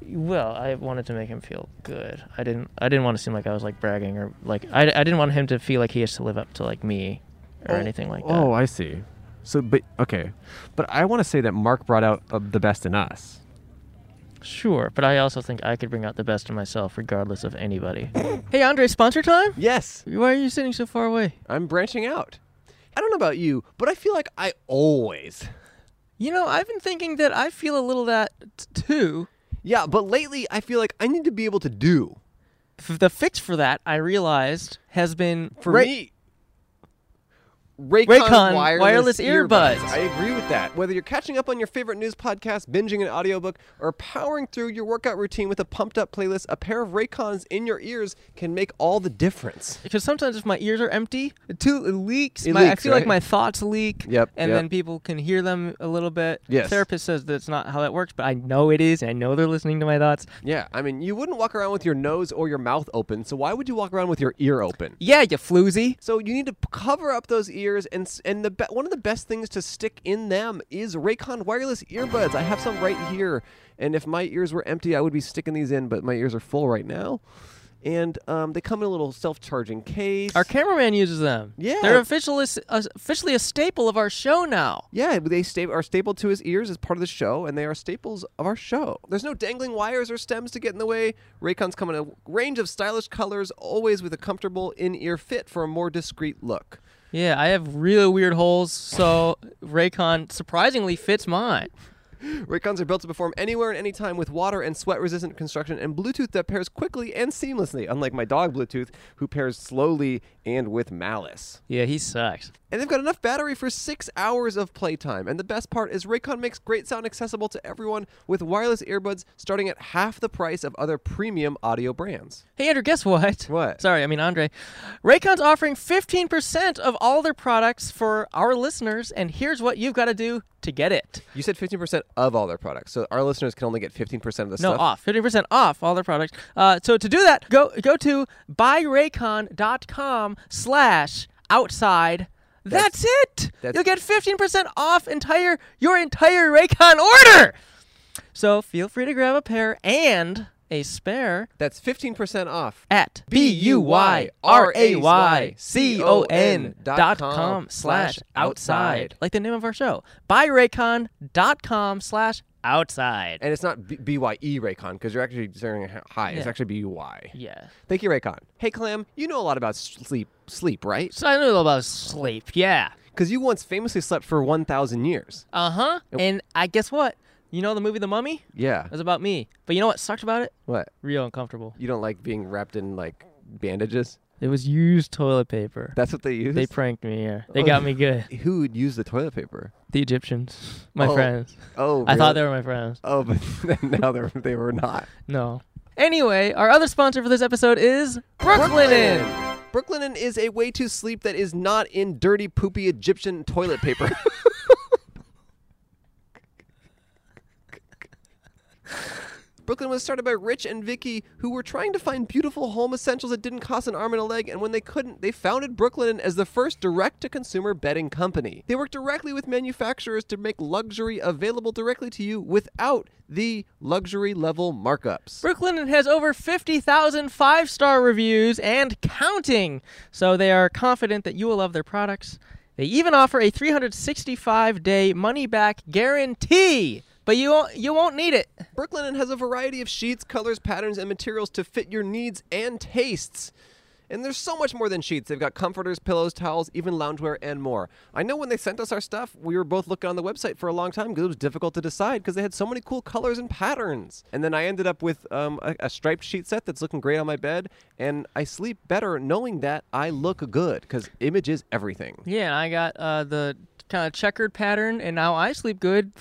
S7: Well, I wanted to make him feel good. I didn't. I didn't want to seem like I was like bragging or like I, I didn't want him to feel like he has to live up to like me or anything like that.
S6: Oh, I see. So, but okay, but I want to say that Mark brought out uh, the best in us.
S7: sure. But I also think I could bring out the best in myself, regardless of anybody.
S3: Hey, Andre, sponsor time?
S2: Yes,
S7: Why are you sitting so far away?
S2: I'm branching out. I don't know about you, but I feel like I always.
S3: You know, I've been thinking that I feel a little that t- too.
S2: Yeah, but lately I feel like I need to be able to do.
S3: F- the fix for that, I realized, has been
S2: For
S3: Ra-
S2: me, Raycon,
S3: Raycon wireless earbuds.
S2: I agree with that. Whether you're catching up on your favorite news podcast, binging an audiobook, or powering through your workout routine with a pumped up playlist, a pair of Raycons in your ears can make all the difference.
S3: because sometimes if my ears are empty, it, too, it uh, leaks.
S2: It
S3: my, I
S2: leaks,
S3: feel like
S2: right?
S3: my thoughts leak.
S2: Yep,
S3: And
S2: yep.
S3: then people can hear them a little bit.
S2: Yes.
S3: Therapist says that's not how that works, but I know it is, and I know they're listening to my thoughts.
S2: Yeah, I mean, you wouldn't walk around with your nose or your mouth open, so why would you walk around with your ear open?
S3: Yeah, you floozy.
S2: So you need to p- cover up those ears, and s- and the be- one of the best things to stick in them is Raycon wireless earbuds. I have some right here, and if my ears were empty, I would be sticking these in, but my ears are full right now, and um, they come in a little self-charging case.
S3: Our cameraman uses them.
S2: Yeah.
S3: They're official, is- uh, officially a staple of our show now.
S2: yeah, they sta- are stapled to his ears as part of the show, and they are staples of our show. There's no dangling wires or stems to get in the way. Raycons come in a range of stylish colors, always with a comfortable in-ear fit for a more discreet look.
S3: Yeah, I have really weird holes, so Raycon surprisingly fits mine.
S2: Raycons are built to perform anywhere and anytime with water and sweat resistant construction and Bluetooth that pairs quickly and seamlessly, unlike my dog Bluetooth, who pairs slowly and with malice.
S3: Yeah, he sucks.
S2: And they've got enough battery for six hours of playtime. And the best part is Raycon makes great sound accessible to everyone with wireless earbuds starting at half the price of other premium audio brands.
S3: Hey, Andrew, guess what?
S2: What?
S3: Sorry, I mean, Andre. Raycon's offering 15% of all their products for our listeners, and here's what you've got to do to get it.
S2: You said 15% of all their products, so our listeners can only get 15% of the
S3: No,
S2: stuff.
S3: off. 15% off all their products. Uh, so to do that, go go to buyraycon.com slash outside. That's, it.
S2: that's-
S3: You'll get 15% off entire your entire Raycon order. So feel free to grab a pair and a spare
S2: That's 15% off.
S3: at b u y r a y c o n dot com slash outside, like the name of our show. Buyraycon dot com slash outside.
S2: And it's not B- BYE Raycon because you're actually saying h- hi. It's
S3: Yeah.
S2: actually E. BUY.
S3: Yeah.
S2: Thank you, Raycon. Hey, Clam, you know a lot about sleep, sleep, right?
S3: So I know a little about sleep. Yeah.
S2: Because you once famously slept for 1,000 years.
S3: Uh huh. And I guess what? You know the movie The Mummy?
S2: Yeah.
S3: It was about me. But you know what sucked about it?
S2: What?
S3: Real uncomfortable.
S2: You don't like being wrapped in like bandages?
S3: It was used toilet paper.
S2: That's what they use.
S7: They pranked me here. They got me good.
S2: Who would use the toilet paper?
S3: The Egyptians, my
S2: Oh,
S3: friends.
S2: Oh,
S7: I thought
S2: really?
S7: they were my friends.
S2: Oh, but then now they're they were not.
S7: No.
S3: Anyway, our other sponsor for this episode is Brooklinen.
S2: Brooklinen is a way to sleep that is not in dirty, poopy Egyptian toilet paper. Brooklyn was started by Rich and Vicky, who were trying to find beautiful home essentials that didn't cost an arm and a leg, and when they couldn't, they founded Brooklyn as the first direct to consumer bedding company. They work directly with manufacturers to make luxury available directly to you without the luxury level markups.
S3: Brooklinen has over 50,000 five star reviews and counting, so they are confident that you will love their products. They even offer a 365 day money back guarantee, but you won't, you won't need it.
S2: Brooklinen has a variety of sheets, colors, patterns, and materials to fit your needs and tastes. And there's so much more than sheets. They've got comforters, pillows, towels, even loungewear, and more. I know when they sent us our stuff, we were both looking on the website for a long time because it was difficult to decide because they had so many cool colors and patterns. And then I ended up with um, a, a striped sheet set that's looking great on my bed, and I sleep better knowing that I look good because image is everything.
S3: Yeah, I got uh, the kind of checkered pattern, and now I sleep good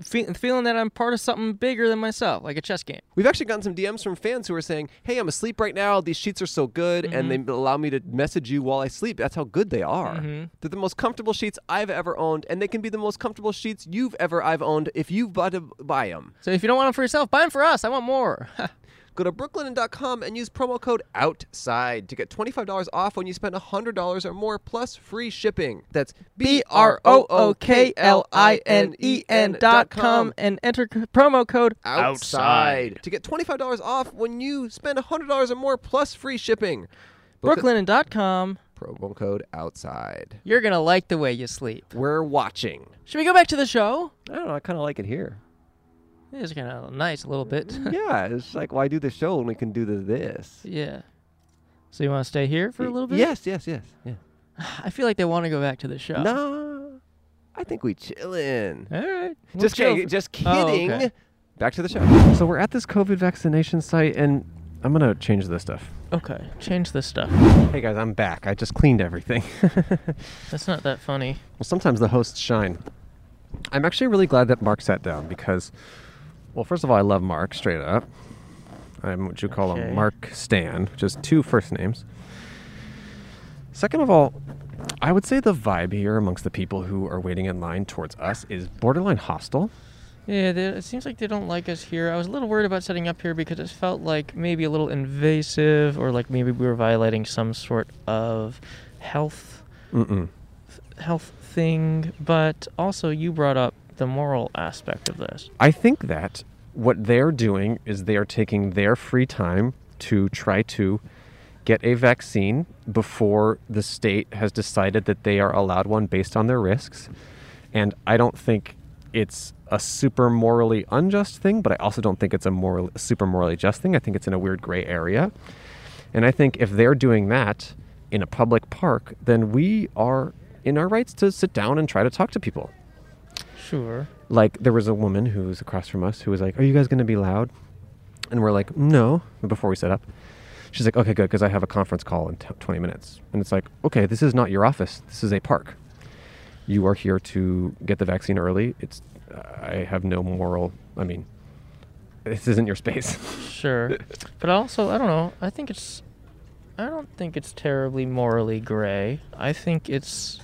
S1: fe- feeling that I'm part of something bigger than myself, like a chess game.
S2: We've actually gotten some DMs from fans who are saying, "Hey, I'm asleep right now. These sheets are so good, and they allow me to message you while I sleep. That's how good they are. They're the most comfortable sheets I've ever owned, and they can be the most comfortable sheets you've ever I've owned if you've bought to buy them.
S1: So if you don't want them for yourself, buy them for us. I want more.
S2: Go to brooklinen.com and use promo code OUTSIDE to get $25 off when you spend $100 or more plus free shipping. That's B R O O K L I N E N dot com
S1: and enter c- promo code.
S2: outside to get $25 off when you spend $100 or more plus free shipping. Book the
S1: Brooklyn and dot com.
S2: promo code outside.
S1: You're gonna like the way you sleep.
S2: We're watching.
S1: Should we go back to the show?
S2: I don't know. I kind of like it here.
S1: It is kind of nice a little bit.
S2: yeah, it's like why do the show when we can do the this
S1: yeah. So you want to stay here for a little bit?
S2: Yes, yes, yes. Yeah.
S1: I feel like they want to go back to the show.
S2: Nah, I think we chillin'.
S1: All right. We'll
S2: just
S1: chill
S2: kidding.
S1: for-
S2: Just
S1: Oh,
S2: kidding.
S1: okay.
S2: Back to the show.
S8: So we're at this COVID vaccination site, and I'm gonna change this stuff.
S3: Okay, change this stuff.
S8: Hey guys, I'm back. I just cleaned everything.
S3: That's not that funny.
S8: Well, sometimes the hosts shine. I'm actually really glad that Mark sat down because, well, first of all, I love Mark straight up. I'm what you call
S3: Okay.
S8: him Mark Stan, just two first names. Second of all, I would say the vibe here amongst the people who are waiting in line towards us is borderline hostile.
S3: Yeah, they, it seems like they don't like us here. I was a little worried about setting up here because it felt like maybe a little invasive, or like maybe we were violating some sort of health
S8: Mm-mm.
S3: health thing. But also, you brought up the moral aspect of this.
S8: I think that what they're doing is they are taking their free time to try to get a vaccine before the state has decided that they are allowed one based on their risks. And I don't think it's a super morally unjust thing, but I also don't think it's a moral, super morally just thing. I think it's in a weird gray area. And I think if they're doing that in a public park, then we are in our rights to sit down and try to talk to people
S3: Sure.
S8: like there was a woman who was across from us who was like, "Are you guys going to be loud?" And we're like, "No." Before we set up, she's like, "Okay, good, because I have a conference call in t- 20 minutes." And it's like, "Okay, this is not your office. This is a park. You are here to get the vaccine early. It's I have no moral. I mean, this isn't your space."
S3: Sure. but also, I don't know. I think it's. I don't think it's terribly morally gray. I think it's.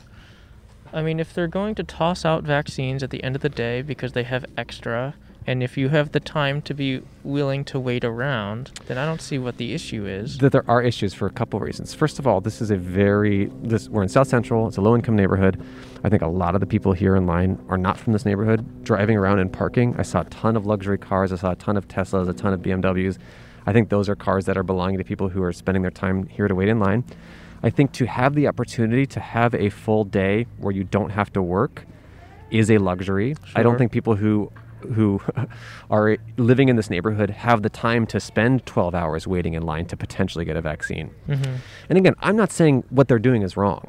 S3: I mean, if they're going to toss out vaccines at the end of the day because they have extra, and if you have the time to be willing to wait around, then I don't see what the issue is.
S8: that there are issues for a couple reasons. First of all, this is a very this we're in South Central. It's a low-income neighborhood. I think a lot of the people here in line are not from this neighborhood. Driving around and parking, I saw a ton of luxury cars. I saw a ton of Teslas, a ton of BMWs. I think those are cars that are belonging to people who are spending their time here to wait in line. I think to have the opportunity to have a full day where you don't have to work is a luxury. I don't
S3: Sure.
S8: think people who who are living in this neighborhood have the time to spend 12 hours waiting in line to potentially get a vaccine. And again, I'm not saying what they're doing is wrong.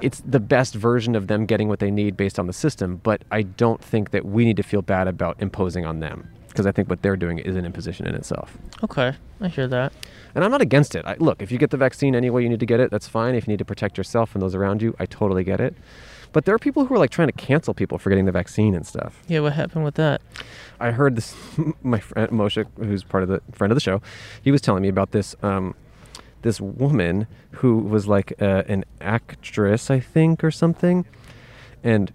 S8: It's the best version of them getting what they need based on the system, but I don't think that we need to feel bad about imposing on them because I think what they're doing is an imposition in itself.
S3: Okay, I hear that.
S8: And I'm not against it. I, look, if you get the vaccine any way you need to get it, that's fine. If you need to protect yourself and those around you, I totally get it. But there are people who are like trying to cancel people for getting the vaccine and stuff.
S3: Yeah, what happened with that?
S8: I heard this. My friend Moshe, who's part of the friend of the show, he was telling me about this. Um, this woman who was like uh, an actress, I think, or something, and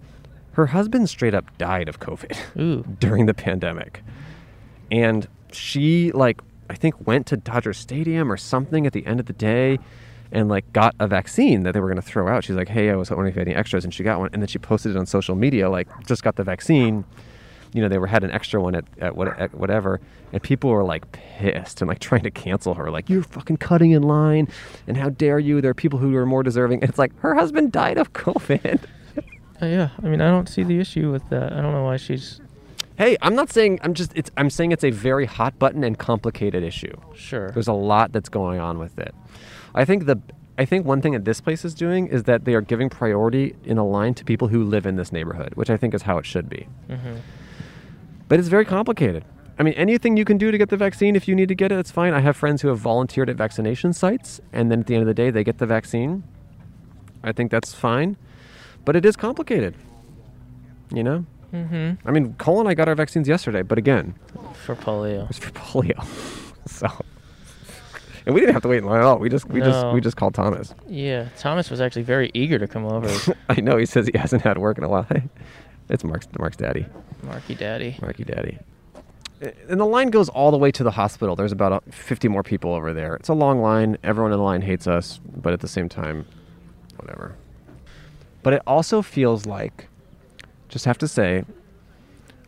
S8: her husband straight up died of COVID
S3: Ooh.
S8: during the pandemic, and she like I think went to Dodger Stadium or something at the end of the day. And like got a vaccine that they were gonna throw out. She's like, "Hey, I was wondering if you had any extras," and she got one. And then she posted it on social media, like, "Just got the vaccine." you know they were had an extra one at, at, what, at whatever and people were like pissed and like trying to cancel her like you're fucking cutting in line and how dare you there are people who are more deserving and it's like her husband died of covid
S3: Uh, yeah, I mean, I don't see the issue with that. I don't know why she's.
S8: hey i'm not saying i'm just it's i'm saying it's a very hot button and complicated issue
S3: Sure.
S8: there's a lot that's going on with it i think the i think one thing that this place is doing is that they are giving priority in a line to people who live in this neighborhood which i think is how it should be
S3: Mm-hmm.
S8: but it's very complicated. I mean, anything you can do to get the vaccine, if you need to get it, it's fine. I have friends who have volunteered at vaccination sites, and then at the end of the day, they get the vaccine. I think that's fine, but it is complicated. You know,
S3: Mm-hmm.
S8: I mean, Cole and I got our vaccines yesterday, but again,
S3: For polio.
S8: it's for polio. so, and we didn't have to wait in line at all. We just we just
S3: No.
S8: we just called Thomas.
S3: Yeah, Thomas was actually very eager to come over.
S8: I know he says he hasn't had work in a while. it's Mark's Mark's daddy,
S3: Marky Daddy.
S8: Marky daddy. And the line goes all the way to the hospital. There's about uh, 50 more people over there. It's a long line. Everyone in the line hates us, but at the same time, whatever. But it also feels like, just have to say,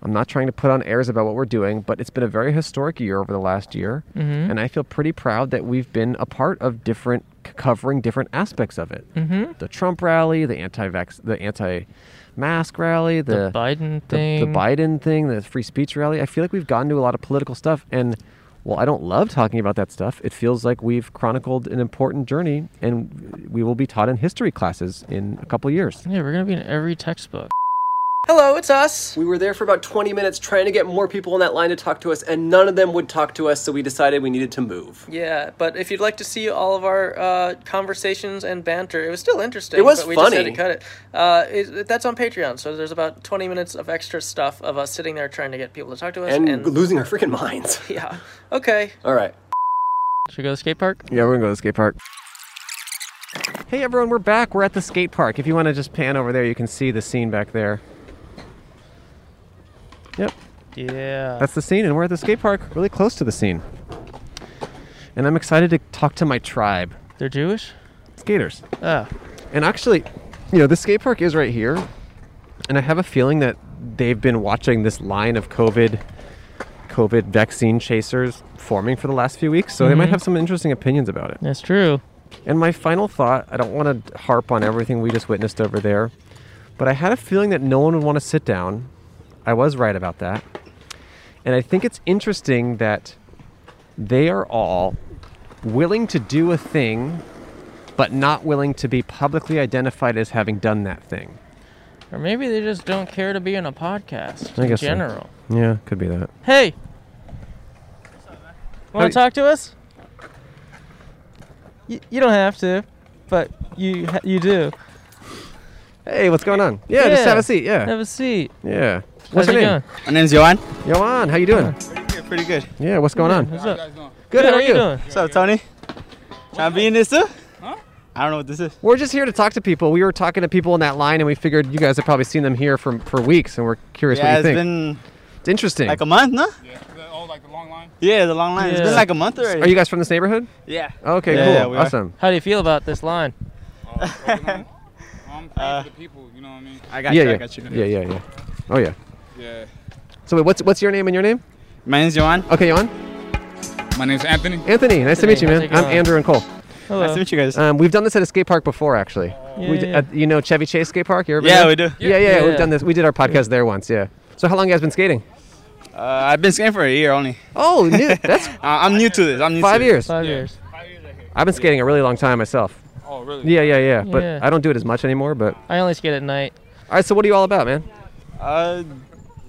S8: I'm not trying to put on airs about what we're doing, but it's been a very historic year over the last year.
S3: Mhm.
S8: And I feel pretty proud that we've been a part of different, c- covering different aspects of it.
S3: Mm-hmm.
S8: The Trump rally, the anti-vax, the anti-mask rally,
S3: The, Biden thing.
S8: the, the Biden thing, the free speech rally. I feel like we've gotten to a lot of political stuff, and while I don't love talking about that stuff, it feels like we've chronicled an important journey, and we will be taught in history classes in a couple years.
S3: Yeah, we're gonna be in every textbook.
S1: Hello, it's us.
S2: We were there for about 20 minutes trying to get more people in that line to talk to us, and none of them would talk to us, so we decided we needed to move.
S1: Yeah, but if you'd like to see all of our uh, conversations and banter, it was still interesting.
S2: It was
S1: but we just had
S2: funny.
S1: to cut it. Uh, it. That's on Patreon, so there's about 20 minutes of extra stuff of us sitting there trying to get people to talk to us.
S2: And,
S1: And,
S2: losing our freaking minds.
S1: yeah, okay.
S2: All right.
S3: Should we go to the skate park?
S8: Yeah, we're gonna go to the skate park. Hey everyone, we're back. We're at the skate park. If you want to just pan over there, you can see the scene back there. Yep,
S3: Yeah.
S8: That's the scene, and we're at the skate park, really close to the scene. And I'm excited to talk to my tribe,
S3: They're Jewish.
S8: skaters.
S3: Ah,
S8: And actually, you know, the skate park is right here, and I have a feeling that they've been watching this line of COVID, COVID vaccine chasers forming for the last few weeks. So they might have some interesting opinions about it.
S3: that's true.
S8: And my final thought, I don't want to harp on everything we just witnessed over there, but I had a feeling that no one would want to sit down. I was right about that. And I think it's interesting that they are all willing to do a thing, but not willing to be publicly identified as having done that thing.
S3: Or maybe they just don't care to be in a podcast
S8: I
S3: in
S8: guess so.
S3: general.
S8: Yeah, could be that.
S3: Hey.
S8: Hey.
S3: Want to talk to us? Y- you don't have to, but you ha- you do.
S8: Hey, what's going on? Yeah, just
S3: Yeah.
S8: have a seat. Yeah,
S3: Have a seat.
S8: yeah.
S3: How's
S8: What's your
S3: it
S8: name?
S3: going?
S9: My name's Joanne.
S8: Johan, how you doing?
S9: Pretty good.
S8: Yeah, what's going on?
S3: What's up?
S8: Good, how are you?
S3: doing?
S9: What's up, Tony? Trying to be in this too? I don't know what this is.
S8: We're just here to talk to people. We were talking to people in that line, and we figured you guys have probably seen them here for, for weeks, and we're curious
S9: yeah,
S8: what you think.
S9: it's been
S8: it's interesting.
S9: like a month, no?
S10: Yeah, the, oh, like the long line.
S9: Yeah, the long line. It's
S3: Yeah.
S9: been like a month already.
S8: are you guys from this neighborhood?
S9: yeah.
S8: Okay,
S9: Yeah,
S8: cool,
S9: yeah, we are.
S8: awesome.
S3: How do you feel about this line?
S10: Uh, over line. I'm praying
S8: Uh,
S10: for the people. You know what I mean?
S9: I got
S8: Oh, yeah,
S9: you.
S8: yeah,
S9: I got you.
S8: yeah, yeah, yeah. Oh yeah.
S10: Yeah.
S8: So wait, what's what's your name and your name?
S9: My name's Joanne.
S8: Okay, on
S10: My name's Anthony.
S8: Anthony. Nice to meet you,
S3: Anthony,
S8: man.
S3: how's it
S8: I'm
S3: going?
S8: Andrew and Cole.
S3: Hello.
S9: Nice to meet you guys.
S8: Um, we've done this at a skate park before, actually. we
S3: Yeah,
S8: d-
S3: yeah.
S8: At, you know Chevy Chase Skate Park? You ever been
S9: yeah,
S8: there?
S9: we do. Uh,
S8: Yeah, yeah, yeah, We've
S3: Yeah.
S8: done this. We did our podcast there once. Yeah. So how long you guys been skating?
S9: Uh, I've been skating for a year only.
S8: Oh, new, that's
S9: Uh, I'm new to this. I'm new
S8: five
S9: to
S8: years.
S3: Five years.
S8: I've been skating a really long time myself.
S10: Oh, really?
S8: Yeah, yeah, yeah. But
S3: Yeah.
S8: I don't do it as much anymore. But all
S3: I only skate at night.
S8: right. So what are you all about, man?
S9: This. Uh,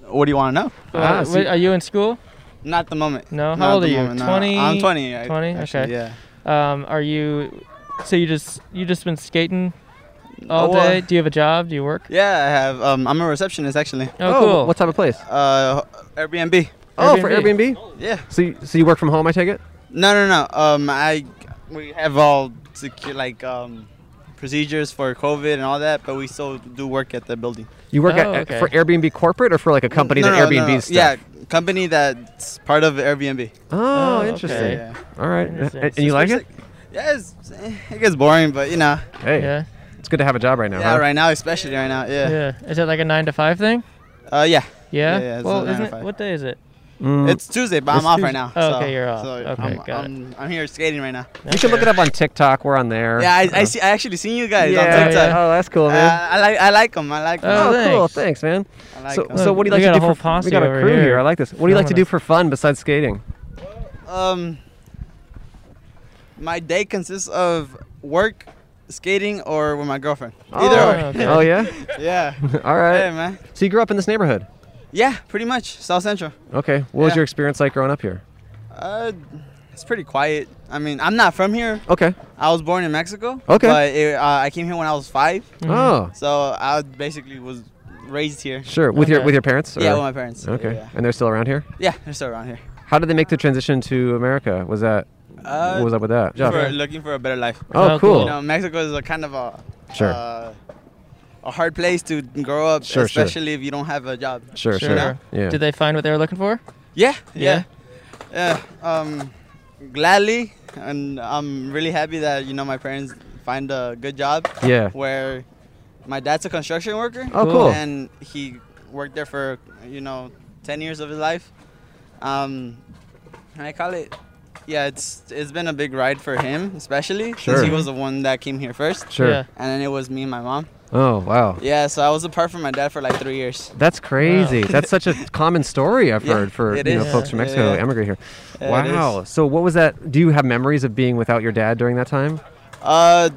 S9: what do you want to know?
S8: Ah,
S3: Uh,
S8: so
S3: wait,
S8: you-
S3: are you in school?
S9: Not at the moment.
S3: No?
S9: Not
S3: How
S9: at
S3: old
S9: the
S3: are you?
S9: moment, no.
S3: 20?
S9: I'm 20. I-
S3: 20?
S9: actually,
S3: Okay.
S9: Yeah.
S3: Um, are you? So you just you just been skating all
S9: Oh, well,
S3: day? Do you have a job? Do you work?
S9: Yeah, I have. Um, I'm a receptionist actually.
S3: Oh, cool.
S8: What type of place?
S9: Uh, Airbnb.
S8: Oh, for
S3: Airbnb.
S8: Airbnb.
S9: Yeah.
S8: So you, so you work from home, I take it?
S9: No, no, no. Um, I we have all secure like um procedures for COVID and all that, but we still do work at the building.
S8: You work at,
S3: Oh,
S8: at-
S3: okay.
S8: for Airbnb corporate or for like a company
S9: No,
S8: that
S9: no, no,
S8: Airbnb
S9: no.
S8: stuff?
S9: Yeah, company that's part of Airbnb.
S8: Oh,
S3: Oh,
S8: interesting.
S3: Okay.
S9: Yeah.
S8: All right.
S3: Interesting.
S8: And, and you like it?
S9: Yeah, it's, it gets boring, but you know,
S8: Hey,
S3: Yeah.
S8: it's good to have a job right now.
S9: yeah,
S8: huh?
S9: right now, especially right now, yeah.
S3: Yeah. Is it like a nine to five thing?
S9: Uh, yeah,
S3: Yeah.
S9: Yeah, yeah, it's a
S3: well,
S9: nine to
S3: isn't it?
S9: five.
S3: What day is it?
S8: Mm,
S9: it's Tuesday, but
S8: It's
S9: I'm off
S8: Tuesday.
S9: right now.
S3: Oh,
S9: so-
S3: okay, you're off.
S9: So
S3: Okay,
S9: I'm,
S3: got it.
S9: I'm, I'm here skating right now.
S8: you can look it up on TikTok. We're on there.
S9: Yeah,
S3: Oh.
S9: I,
S8: Uh,
S9: I see. I actually seen you guys
S8: yeah,
S9: on TikTok.
S3: yeah.
S8: Oh, that's cool, man.
S9: Uh, I like, I like them. I like them.
S3: Oh,
S8: oh, cool.
S3: thanks.
S8: Thanks, man.
S9: I like
S8: so,
S9: uh, 'em.
S8: so what do you
S3: We
S8: like
S3: got
S8: to
S3: a
S8: do
S3: whole
S8: for
S3: posse
S8: We got a
S3: over
S8: crew here.
S3: here.
S8: I like this. What do you like to
S3: Filming
S8: do
S3: us.
S8: for fun besides skating?
S9: Um, my day consists of work, skating, or with my girlfriend. Either
S8: oh,
S9: or.
S3: okay.
S8: oh yeah.
S9: Yeah.
S8: All
S9: hey,
S8: right.
S9: man.
S8: So you grew up in this neighborhood.
S9: Yeah, pretty much. South Central.
S8: Okay. What was
S9: Yeah.
S8: your experience like growing up here?
S9: Uh, it's pretty quiet. I mean, I'm not from here.
S8: Okay.
S9: I was born in Mexico.
S3: Mm. Mm-hmm.
S8: Okay.
S9: But it, uh, I came here when I was five.
S8: Oh.
S9: So I basically was raised here.
S8: Sure. With your
S3: Okay.
S8: with your parents?
S9: Yeah,
S8: or-
S9: with my parents.
S8: Okay.
S9: Yeah, yeah.
S8: And they're still around here.
S9: Yeah, they're still around here.
S8: How did they make the transition to America? Was that
S9: Uh,
S8: what was up with that? Jeff?
S9: For looking for a better life.
S3: Oh,
S8: Oh, cool.
S3: cool.
S9: You know, Mexico is a kind of a
S8: Sure.
S9: uh, a hard place to grow up,
S8: Sure, sure.
S9: especially if you don't have a job.
S8: Sure, sure.
S3: Sure.
S8: Yeah.
S3: Did they find what they were looking for?
S9: Yeah, yeah, yeah. um, gladly, and I'm really happy that you know my parents find a good job.
S8: Yeah.
S9: Where my dad's a construction worker.
S8: Oh, cool.
S9: And he worked there for you know ten years of his life. Um, and I call it. Yeah, it's it's been a big ride for him, especially
S8: Sure.
S9: since he was the one that came here first.
S8: Sure.
S3: Yeah.
S9: And then it was me and my mom.
S8: Oh wow.
S9: Yeah, so I was apart from my dad for like three years.
S8: That's crazy. That's such a common story I've
S9: Yeah,
S8: heard for you
S9: it
S8: know
S9: is.
S8: folks from
S9: Yeah,
S8: Mexico
S9: yeah.
S8: emigrate here.
S9: Yeah, it is.
S8: wow. So what was that? Do you have memories of being without your dad during that time
S9: Uh,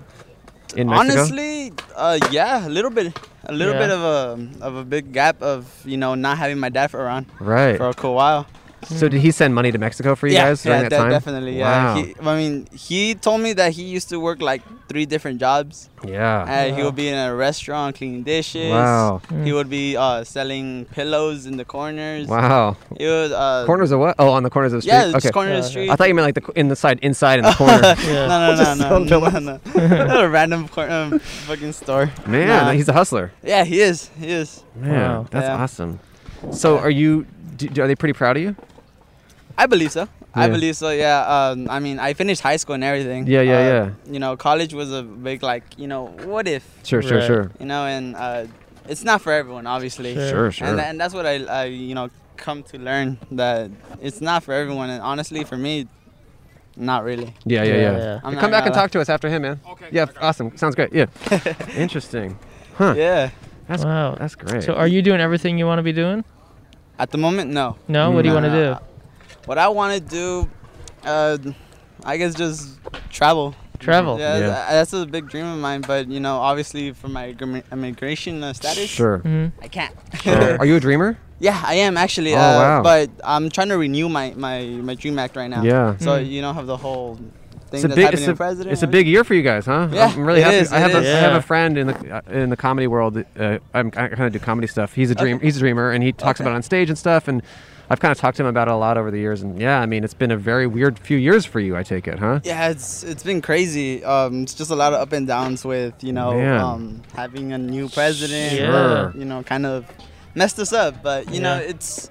S8: in Mexico?
S9: honestly, uh, yeah, a little bit, a little
S3: Yeah.
S9: bit of a of a big gap of you know not having my dad for around
S8: Right.
S9: for a cool while.
S8: So did he send money to Mexico for you
S9: yeah,
S8: guys during
S9: yeah,
S8: that
S9: de-
S8: time?
S9: definitely. Yeah,
S8: Wow.
S9: he, I mean, he told me that he used to work like three different jobs.
S8: yeah.
S9: Uh, he would be in a restaurant cleaning dishes.
S8: Wow.
S9: He would be uh, selling pillows in the corners.
S8: Wow.
S9: He would uh,
S8: Corners of what? Oh, on the corners of the street.
S9: Yeah,
S8: okay.
S9: just corner of
S3: Yeah,
S9: the
S3: yeah.
S9: street.
S8: I thought you meant like the co- in the side, inside in the corner.
S9: No, no, no,
S8: Just
S9: no, no, no, no. a random cor- um, fucking store.
S8: Man,
S9: Nah.
S8: he's a hustler.
S9: Yeah, he is. He is.
S8: Man,
S3: Wow.
S8: that's
S9: Yeah.
S8: awesome. So, are you? Do, do- are they pretty proud of you?
S9: I believe so. I
S8: Yeah.
S9: believe so. Yeah. Um, I mean, I finished high school and everything.
S8: Yeah, yeah,
S9: Uh,
S8: yeah.
S9: You know, college was a big like, you know, what if?
S8: Sure, sure,
S3: Right.
S8: sure,
S9: You know, and uh, it's not for everyone, obviously.
S3: Sure.
S8: sure, sure.
S9: And, and that's what I, I, you know, come to learn that it's not for everyone. And honestly, for me, not really.
S8: yeah, yeah, yeah.
S9: I'm
S8: Come
S9: not
S8: back and
S9: gonna
S8: talk to us after him, man.
S10: Okay,
S8: Yeah,
S10: I got
S8: awesome. Sounds great. Yeah. Interesting. Huh.
S9: lie. Yeah.
S8: That's
S3: Wow.
S8: that's great.
S3: So are you doing everything you want to be doing?
S9: At the moment, no.
S3: No. What do you want to
S9: Nah. What I want to do, uh, I guess just travel.
S3: do? Travel.
S9: Yeah,
S8: Yeah.
S9: tha- that's a big dream of mine. But you know, obviously for my immigr- immigration uh, status,
S8: sure.
S3: hmm
S9: I can't.
S8: Sure. Mm. Are you a dreamer?
S9: yeah, I am actually.
S8: Oh,
S9: uh,
S8: wow.
S9: But I'm trying to renew my my my dream act right now.
S8: Yeah. Hmm.
S9: So
S3: Mm.
S9: you don't have the whole thing
S8: It's a
S9: that's
S8: big,
S9: happening
S8: it's
S9: in
S8: a,
S9: president.
S8: it's a big year for you guys, huh?
S9: Yeah,
S8: I'm really
S9: it
S8: happy.
S9: is,
S8: I have
S9: it
S8: a,
S9: is.
S8: I have
S3: Yeah.
S8: a friend in the uh, in the comedy world. that, Uh, I'm, I kind of do comedy stuff. He's a dream. He's a dreamer, and he talks about it on stage and stuff. And I've kind of talked to him about it a lot over the years. And yeah, I mean, it's been a very weird few years for you. I take it, huh?
S9: Yeah, it's it's been crazy. Um, it's just a lot of up and downs with you know
S8: Man.
S9: um, having a new president.
S3: Sure.
S9: uh, You know, kind of messed us up, but you know
S3: Yeah.
S9: it's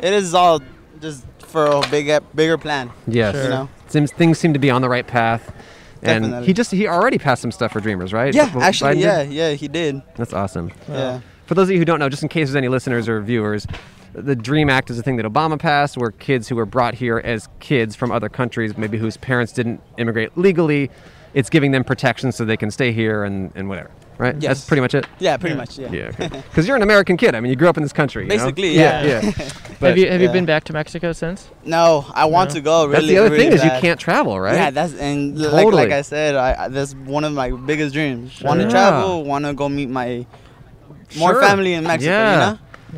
S9: it is all just for a big bigger plan.
S8: Yes.
S9: You know.
S8: Seems things seem to be on the right path. And
S9: Definitely.
S8: he just he already passed some stuff for dreamers, right?
S9: Yeah,
S8: Well, Biden
S9: actually,
S8: did? Oh.
S9: yeah, yeah, he did.
S8: That's awesome.
S9: Yeah.
S8: For those of you who don't know, just in case there's any listeners or viewers, the Dream Act is a thing that Obama passed where kids who were brought here as kids from other countries, maybe whose parents didn't immigrate legally, it's giving them protection so they can stay here and, and whatever. Right?
S9: Yes.
S8: That's pretty much it.
S9: Yeah, pretty much. Yeah.
S8: Yeah. Because you're an American kid. I mean, you grew up in this country. you know?
S9: Basically,
S8: Yeah.
S9: yeah.
S8: yeah. But
S3: have you have you
S9: Yeah.
S3: been back to Mexico since?
S9: No, I want
S3: No.
S9: to go. Really.
S8: that's the other
S9: really
S8: thing is you
S9: bad.
S8: can't travel, right?
S9: Yeah, that's and l-
S8: Totally.
S9: like like I said, I, I that's one of my biggest dreams. Want to
S8: Sure.
S9: travel, want to go meet my more
S8: Sure.
S9: family in Mexico.
S8: Yeah.
S9: You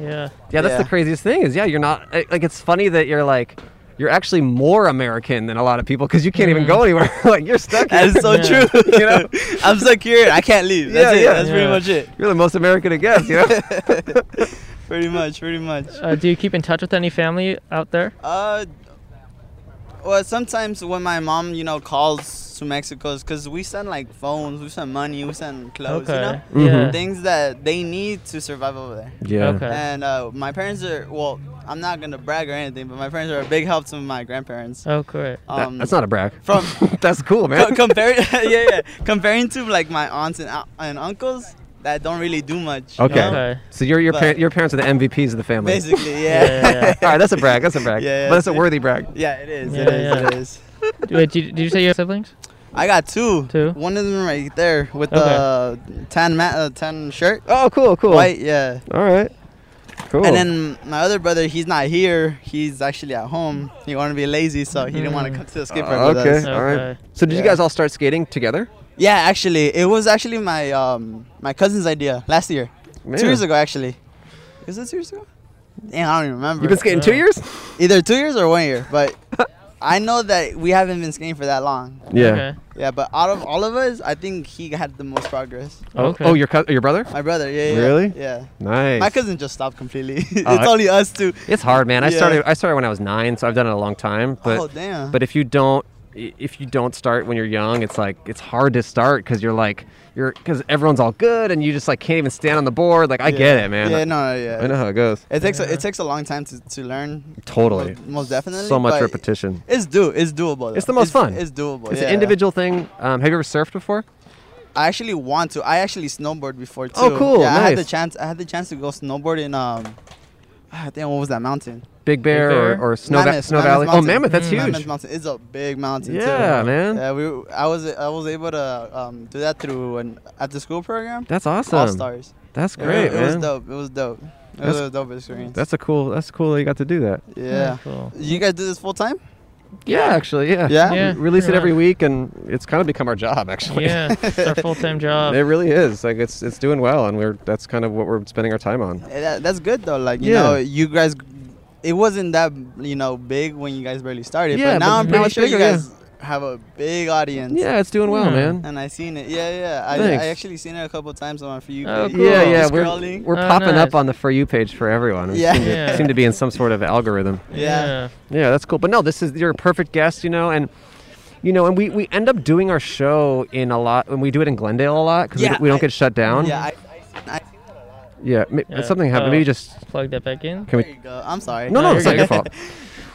S9: know?
S3: Yeah.
S8: Yeah, that's the
S9: Yeah.
S8: craziest thing is yeah, you're not I- like it's funny that you're like you're actually more American than a lot of people because you can't even
S3: Mm.
S8: go anywhere. like you're stuck. Here.
S9: That's so
S3: Yeah.
S9: true. You know, I'm so curious. I can't leave. That's
S8: Yeah,
S9: it.
S8: yeah.
S9: That's
S3: Yeah.
S9: pretty much it.
S8: You're the most American it gets, you know?
S9: Pretty much. Pretty much.
S3: Uh, do you keep in touch with any family out there?
S9: Uh, well, sometimes when my mom, you know, calls to Mexico, because we send like phones, we send money, we send clothes, you know,
S3: Okay. Yeah.
S9: things that they need to survive over there.
S8: Mm-hmm. yeah.
S3: Okay.
S9: And uh, my parents are well. I'm not gonna brag or anything, but my parents are a big help to my grandparents.
S3: Oh, great.
S8: That-
S9: Um,
S8: that's not a brag.
S9: from
S8: that's cool, man.
S9: co- comparing, yeah, yeah, comparing to like my aunts and, ou- and uncles that don't really do much. you
S8: Okay.
S9: know?
S3: Okay.
S8: So your your,
S9: But-
S8: par- your parents are the MVPs of the family.
S9: Basically,
S3: Yeah, yeah,
S9: yeah.
S8: All right, that's a brag. That's a brag.
S9: Yeah, yeah.
S8: but it's a worthy brag.
S9: Yeah, it is.
S3: Yeah,
S9: it is.
S3: yeah.
S9: It is.
S3: Wait, did you, did you say you have siblings?
S9: I got two.
S3: Two?
S9: One of them right there with the tan ma- uh, tan shirt.
S8: Oh, cool, cool.
S9: White, yeah.
S8: All right. Cool.
S9: And then my other brother, he's not here. He's actually at home. He wanted to be lazy, so he didn't want
S3: Mm.
S9: to come to the skate park
S8: Uh,
S9: with
S8: okay.
S9: us.
S8: All right.
S3: Okay.
S8: So did you
S9: Yeah.
S8: guys all start skating together?
S9: Yeah, actually, it was actually my um my cousin's idea last year,
S8: Man.
S9: two years ago actually. Is it two years ago? Damn, I don't even remember.
S8: You've been skating two
S3: Yeah.
S8: years?
S9: Either two years or one year, but I know that we haven't been skating for that long.
S8: Yeah.
S3: Okay.
S9: Yeah, but out of all of us, I think he had the most progress.
S8: Oh,
S3: Okay.
S8: oh, your cou- your brother?
S9: My brother, yeah, yeah.
S8: Really?
S9: Yeah.
S8: Nice. Oh,
S9: My cousin just stopped completely. it's
S8: I-
S9: only us two.
S8: It's hard, man. I
S9: Yeah.
S8: started. I started when I was nine, so I've done it a long time. But
S9: oh damn.
S8: but if you don't, i- if you don't start when you're young, it's like it's hard to start because you're like you're because everyone's all good and you just like can't even stand on the board. Like I get it, man.
S9: Yeah, no, yeah.
S8: I know how it goes.
S9: It takes a, it takes a long time to, to learn.
S8: Totally.
S9: Most, most definitely.
S8: So much
S9: but
S8: repetition.
S9: It's do it's doable. Though.
S8: It's the most fun.
S9: It's doable.
S8: It's
S9: yeah.
S8: an individual thing. Um, have you ever surfed before?
S9: I actually want to. I actually snowboard before too.
S8: Oh, cool,
S9: Yeah, I had the
S8: nice.
S9: chance. I had the chance to go snowboard in um. I think what was that mountain?
S8: Big Bear,
S3: Bear.
S8: Or, or Snow, Va- Snow Valley?
S9: Mountain. Mm.
S8: Oh, Mammoth. That's huge.
S9: Mm-hmm. Mammoth Mountain. It's a big mountain. too.
S8: Yeah, man.
S9: Yeah, we. I was I was able to um, do that through an after school program.
S8: That's awesome.
S9: All stars.
S8: That's
S9: It
S8: great,
S9: was-
S8: man.
S9: it, was dope. It was dope. It
S8: That's-
S9: was a dope experience.
S8: That's a cool. That's cool that you got to do that.
S9: yeah.
S3: Cool.
S9: You guys do this full time?
S8: Yeah, actually, yeah.
S9: Yeah?
S3: Yeah,
S8: We release it
S3: pretty
S8: every
S3: much.
S8: week, and it's kind of become our job, actually.
S3: Yeah, it's our full-time job.
S8: It really is. Like it's it's doing well, and we're that's kind of what we're spending our time on.
S9: Eh, that- that's good though. Like you
S8: Yeah.
S9: know, you guys, it wasn't that you know big when you guys barely started.
S8: Yeah,
S9: but now
S8: but
S9: I'm
S8: now
S9: pretty
S8: it's
S9: sure you
S8: bigger, yeah.
S9: guys have a big audience.
S8: Yeah, it's doing well,
S3: Yeah.
S8: man.
S9: And I seen it. Yeah, yeah. I,
S8: Thanks.
S9: I actually seen it a couple times on my for you.
S3: Oh,
S9: page.
S8: Yeah,
S3: Cool.
S8: yeah, we're,
S9: Scrolling.
S8: we're
S3: Oh,
S8: popping
S3: nice.
S8: up on the for you page for everyone. We
S9: Yeah.
S8: seem, to,
S3: Yeah.
S8: seem to be in some sort of algorithm.
S9: yeah.
S8: Yeah, that's cool. But no, this is you're a perfect guest, you know, and you know, and we, we end up doing our show in a lot, and we do it in Glendale a lot because
S9: Yeah,
S8: we, don't- we don't
S9: I-
S8: get shut down.
S9: Yeah, I, I, seen, I seen that a lot.
S8: yeah, ma-
S3: Yeah.
S8: something happened.
S3: Oh.
S8: Maybe just
S3: Plug that back in.
S8: can we
S9: There you go. I'm sorry.
S8: No, no,
S3: No,
S8: it's
S3: you're
S8: not your fault.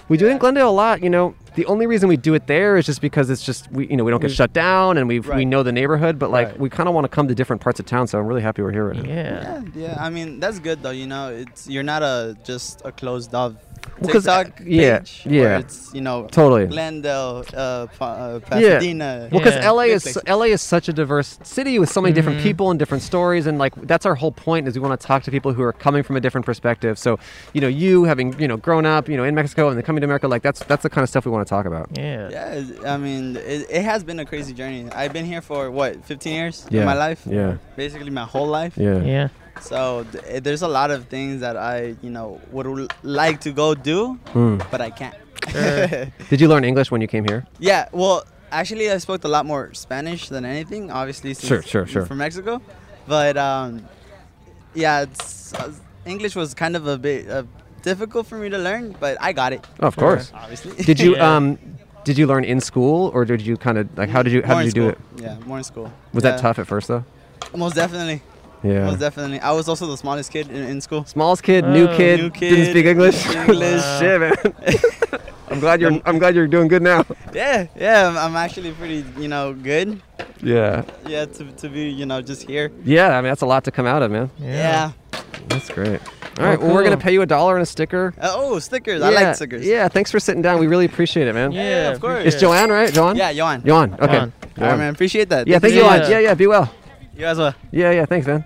S8: We do it in Glendale a lot, you know. The only reason we do it there is just because it's just we, you know, we don't get shut down and we we
S9: Right.
S8: know the neighborhood, but like
S9: Right.
S8: we kind of want to come to different parts of town. So I'm really happy we're here right now.
S3: Yeah.
S9: Yeah, yeah. I mean, that's good though. You know, it's you're not a just a closed off
S8: Well, 'cause, uh,
S9: TikTok
S8: yeah,
S9: page.
S8: yeah.
S9: Where it's you know
S8: Totally.
S9: Glendale, uh, Pa- uh,
S8: Yeah.
S9: Pasadena.
S8: Well, because
S3: Yeah.
S8: LA
S9: Big
S8: is
S9: places.
S8: LA is such a diverse city with so many different people and different stories, and like that's our whole point is we want to talk to people who are coming from a different perspective. So, you know, you having you know grown up, you know, in Mexico and then coming to America, like that's that's the kind of stuff we want to talk about.
S3: Yeah.
S9: Yeah, it's- I mean, it, it has been a crazy journey. I've been here for what 15 years
S8: Yeah.
S9: of my life.
S8: Yeah.
S9: Basically, my whole life.
S8: Yeah.
S3: Yeah.
S9: So th- eh, there's a lot of things that I, you know, would l- like to go do,
S8: Mm.
S9: but I can't.
S3: Sure.
S8: Did you learn English when you came here?
S9: yeah. Well, actually, I spoke a lot more Spanish than anything. Obviously, since
S8: Sure, sure, sure.
S9: From Mexico, but um, yeah, it's, uh, English was kind of a bit uh, difficult for me to learn, but I got it.
S8: Oh, of course.
S9: Obviously.
S8: Did you
S3: Yeah.
S8: um did you learn in school or did you kind of like how did you how
S9: More in
S8: did you do it?
S9: school. Yeah, more in school.
S8: Was
S9: Yeah.
S8: that tough at first though?
S9: Most definitely.
S8: Yeah.
S9: Most definitely. I was also the smallest kid in, in school.
S8: Smallest kid, new
S3: Oh,
S8: kid,
S9: new
S8: didn't
S9: kid,
S8: speak English.
S9: didn't speak English.
S8: Shit, man. I'm glad you're I'm glad you're doing good now.
S9: Yeah, yeah. I'm, I'm actually pretty, you know, good.
S8: Yeah.
S9: Yeah, to, to be, you know, just here.
S8: Yeah, I mean that's a lot to come out of, man.
S9: Yeah.
S8: That's great. All right, well we're going to
S3: cool.
S8: pay you a dollar and a sticker.
S9: Uh, oh, stickers. Oh, I
S8: yeah.
S9: like stickers.
S8: Yeah, thanks for sitting down. We really appreciate it, man.
S3: Yeah,
S9: of course.
S8: It's Joanne, right? Joanne?
S9: Yeah, Johan.
S8: Joanne. Okay.
S3: Joanne.
S9: All right, man. Appreciate that.
S8: Yeah, thank you,
S3: Yeah.
S8: Joanne. Yeah, yeah, be well.
S9: You as well.
S8: Yeah, yeah, thanks, man.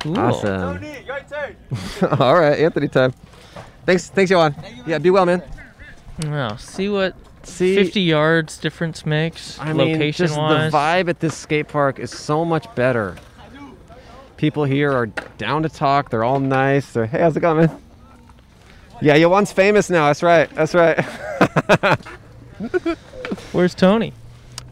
S3: Cool.
S8: Awesome. All right, Anthony time. Thanks, thanks, Joanne. Yeah, be well, man.
S3: Wow. See what
S8: See,
S3: 50 yards difference makes
S8: I mean,
S3: location
S8: just
S3: wise.
S8: the vibe at this skate park is so much better. People here are down to talk. They're all nice. They're, hey, how's it going, man? Yeah, Joanne's famous now. That's right. That's right.
S3: Where's Tony?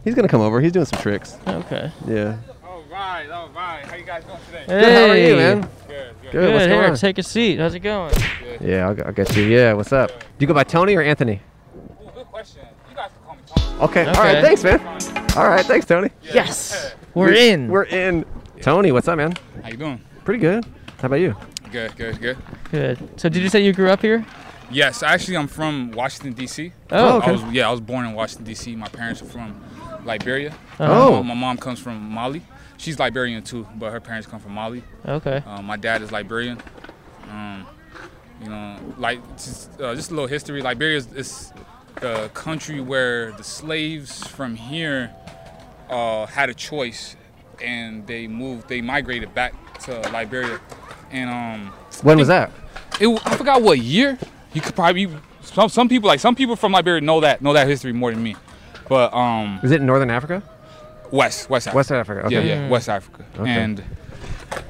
S8: He's gonna come over. He's doing some tricks.
S3: Okay.
S8: Yeah.
S10: All right, all right. How you guys doing today?
S3: Hey.
S8: Good, how are you, man?
S10: Good, good.
S8: Good.
S3: Good.
S8: What's
S3: Here,
S8: going on?
S3: take a seat. How's it going?
S8: Yeah, I'll, g- I'll get you. Yeah. What's up? Do you go by Tony or Anthony?
S10: Ooh, good question. You guys can call me Tom.
S8: Okay. All right.
S3: Okay.
S8: Thanks, man. All right. Thanks, Tony.
S3: Yes. We're in.
S8: We're in. Tony, what's up, man?
S10: How you doing?
S8: Pretty good. How about you?
S10: Good, good, good.
S3: good. So, did you say you grew up here?
S10: Yes, actually, I'm from Washington D.C.
S3: Oh,
S10: I was, yeah, I was born in Washington D.C. My parents are from Liberia.
S8: Oh.
S10: My, mom- my mom comes from Mali. She's Liberian too, but her parents come from Mali.
S3: Okay.
S10: Um, my dad is Liberian. Um, you know, like just, uh, just a little history. Liberia is, is the country where the slaves from here uh, had a choice, and they moved. They migrated back to Liberia, and um,
S8: When was that?
S10: it, wa- I forgot what year. You could probably some some people like some people from Liberia know that know that history more than me, but um,
S8: Is it in Northern Africa?
S10: West West Africa.
S8: West Africa. Okay.
S10: Yeah, yeah, West Africa. And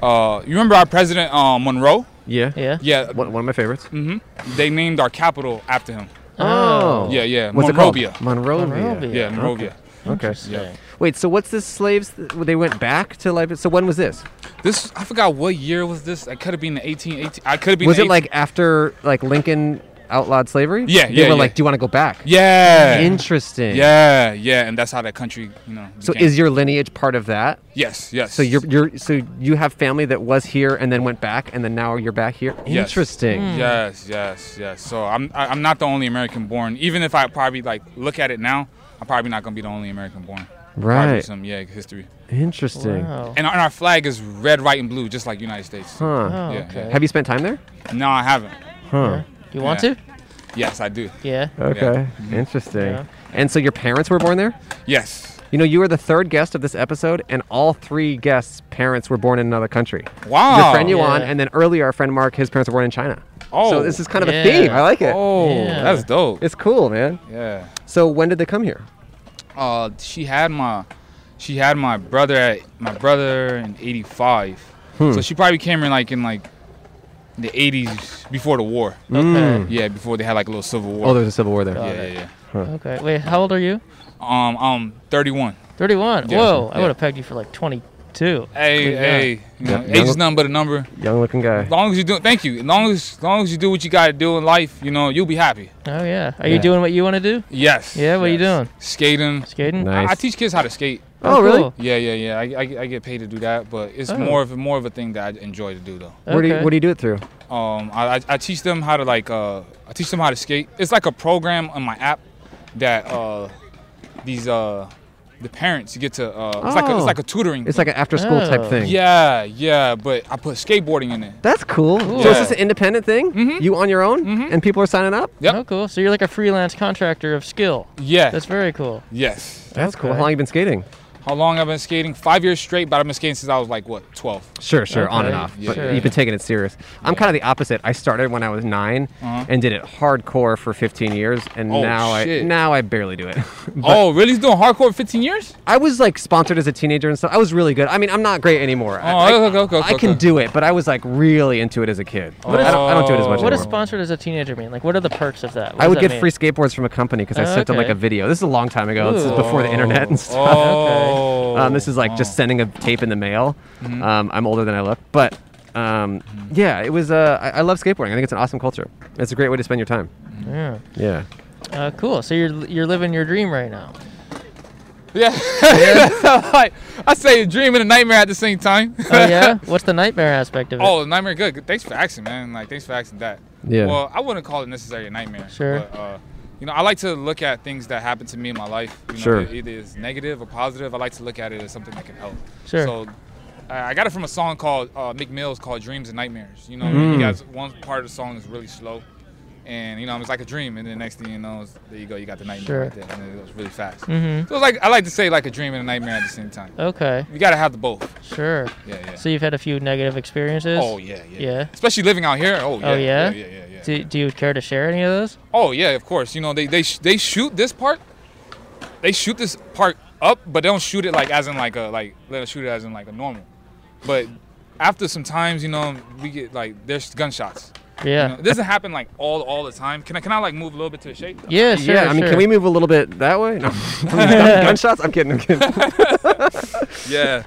S10: uh, you remember our president uh, Monroe?
S8: Yeah.
S3: Yeah.
S10: Yeah, Mm.
S8: One, one of my favorites.
S10: they named our capital after him.
S8: Oh, Oh.
S10: Yeah, yeah.
S8: What's
S10: Monrovia.
S8: it called? Monrovia.
S3: Monrovia.
S10: Yeah, Monrovia.
S8: Okay.
S10: Yeah.
S8: Wait, so what's this slaves? th- They went back to Leipzig. So when was this?
S10: This I forgot what year was this. I could have been the 1818. I could have been.
S8: was
S10: the
S8: it
S10: 18
S8: like after like Lincoln outlawed slavery?
S10: Yeah,
S8: They
S10: yeah,
S8: were
S10: yeah.
S8: like, do you want to go back?
S10: Yeah.
S8: Interesting.
S10: Yeah, yeah, and that's how that country, you know.
S8: So
S10: became.
S8: is your lineage part of that?
S10: yes, yes.
S8: So you're you're so you have family that was here and then went back and then now you're back here.
S10: Yes.
S8: Interesting.
S10: Hmm. Yes, yes, yes. So I'm I- I'm not the only American born. Even if I probably like look at it now, I'm probably not gonna be the only American born. Probably
S8: Right.
S10: some yeah history.
S8: Interesting.
S3: Wow.
S10: And our, and our flag is red, white, and blue, just like United States.
S8: Huh.
S3: Oh,
S10: Yeah,
S3: okay.
S8: Have you spent time there?
S10: No, I haven't.
S8: Huh.
S3: You want
S10: Yeah.
S3: to?
S10: Yes, I do.
S3: Yeah.
S8: Okay. Interesting.
S3: Yeah.
S8: Mm-hmm. And so your parents were born there?
S10: Yes.
S8: You know, you were the third guest of this episode, and all three guests' parents were born in another country.
S10: Wow.
S8: Your friend Yuan,
S3: Yeah.
S8: and then earlier our friend Mark, his parents were born in China.
S10: Oh.
S8: So this is kind of
S3: Yeah.
S8: a theme. I like it.
S10: Oh,
S3: Yeah.
S10: that's dope.
S8: It's cool, man.
S10: yeah.
S8: So when did they come here?
S10: Uh, she had my, she had my brother at my brother in '85.
S8: Hmm.
S10: So she probably came in like in like the '80s before the war.
S8: Mm.
S3: Okay.
S10: Yeah, before they had like a little civil war.
S8: Hmm? Oh, there's a civil war there.
S10: yeah, yeah,
S3: Okay. Wait, how old are you?
S10: yeah. Um, um, 31.
S3: 31.
S10: Yeah.
S3: Whoa, I
S10: Yeah.
S3: would have pegged you for like 22.
S10: Hey,
S3: Yeah.
S10: hey. You know,
S8: Yeah.
S10: Age is nothing but a number.
S8: Young looking guy.
S10: As long as you do, thank you. As long as, as long as you do what you gotta do in life, you know, you'll be happy.
S3: Oh yeah. Are
S8: Yeah.
S3: you doing what you want to do?
S10: Yes.
S3: Yeah, what are you
S10: yes.
S3: doing?
S10: Skating.
S3: Skating?
S8: No.
S10: I- I,
S8: Nice.
S10: teach kids how to skate.
S8: Oh, really?
S3: cool.
S10: Yeah, yeah, yeah. I, I, I get paid to do that, but it's
S3: Oh.
S10: more of more of a thing that I enjoy to do though.
S8: Where do you,
S3: Okay.
S8: what do you do it through?
S10: um, I, I- I teach them how to like uh, I teach them how to skate. It's like a program on my app that uh, these uh, the parents get to. Uh, it's like a,
S8: Oh.
S10: it's like a tutoring.
S8: It's like an after school type
S3: Oh.
S8: thing.
S10: yeah, yeah, but I put skateboarding in it.
S8: That's cool. So is
S10: Yeah.
S8: this an independent thing?
S10: Mhm.
S8: You on your own,
S10: Mhm.
S8: and people are signing up.
S10: Yep.
S3: Oh, cool. So you're like a freelance contractor of skill.
S10: Yeah.
S3: That's very cool.
S10: yes.
S8: That's cool.
S3: Okay.
S8: How long you been skating?
S10: How long I've been skating? Five years straight, but I've been skating since I was like what, twelve?
S8: Sure, sure, on and
S3: Okay.
S8: off.
S10: Yeah.
S8: But
S10: Sure.
S8: you've been taking it serious. I'm kind of the opposite. I started when I was 9
S10: Uh-huh.
S8: and did it hardcore for 15 years, and
S10: Oh,
S8: now
S10: shit.
S8: I now I barely do it.
S10: oh, really? He's doing hardcore for fifteen years?
S8: I was like sponsored as a teenager and stuff. I was really good. I mean, I'm not great anymore.
S10: Oh,
S8: I, I,
S10: okay, okay, okay,
S8: I can
S10: okay.
S8: do it, but I was like really into it as a kid. But I, don't, I don't do it as much
S10: Oh.
S3: What does
S8: anymore.
S3: sponsored as a teenager mean? Like, what are the perks of that? What
S8: I
S3: does
S8: would
S3: that
S8: get
S3: mean?
S8: free skateboards from a company because I
S3: Oh,
S8: sent them like
S3: okay.
S8: a video. This is a long time ago. This is
S3: Ooh.
S8: before the internet and stuff.
S10: Oh.
S8: Um, this is like
S10: oh.
S8: just sending a tape in the mail.
S3: Mm-hmm.
S8: Um, I'm older than I look, but um, yeah, it was. Uh, I, I love skateboarding. I think it's an awesome culture. It's a great way to spend your time.
S3: Yeah.
S8: Yeah.
S3: Uh, cool. So you're you're living your dream right now.
S10: Yeah. like, I say a dream and a nightmare at the same time.
S3: Oh yeah. What's the nightmare aspect of it?
S10: Oh, nightmare. Good. good. Thanks for asking, man. Like, thanks for asking that.
S8: Yeah.
S10: Well, I wouldn't call it necessarily a nightmare.
S3: Sure.
S10: But, uh, you know, I like to look at things that happen to me in my life. You know,
S8: Sure.
S10: It either is negative or positive. I like to look at it as something that can help.
S3: Sure.
S10: So, I I got it from a song called uh, Mick Mills called "Dreams and Nightmares." You know,
S3: Mm.
S10: he has one part of the song is really slow, and you know, it's like a dream, and then next thing you know, it's- there you go, you got the
S3: Sure. Mm-hmm.
S10: nightmare right there, and it goes really fast. So, it's like I like to say like a dream and a nightmare at the same time.
S3: Okay.
S10: You gotta have the both.
S3: Sure.
S10: Yeah, yeah.
S3: So you've had a few negative experiences.
S10: Oh yeah, yeah.
S3: Yeah.
S10: Especially living out here. Oh yeah.
S3: Oh, yeah?
S10: Yeah, yeah, yeah.
S3: Do, do you care to share any of those?
S10: Oh yeah, of course. You know they they sh- they shoot this part. They shoot this part up, but they don't shoot it like as in like a like let us shoot it as in like a normal. But after some times, you know, we get like there's gunshots. You know,
S3: Yeah.
S10: It doesn't happen like all all the time. Can I can I like move a little bit to the shade?
S3: Yeah. Sure,
S8: yeah. I mean,
S3: sure.
S8: can we move a little bit that way? No. Gunshots? I'm kidding. I'm kidding.
S10: Yeah.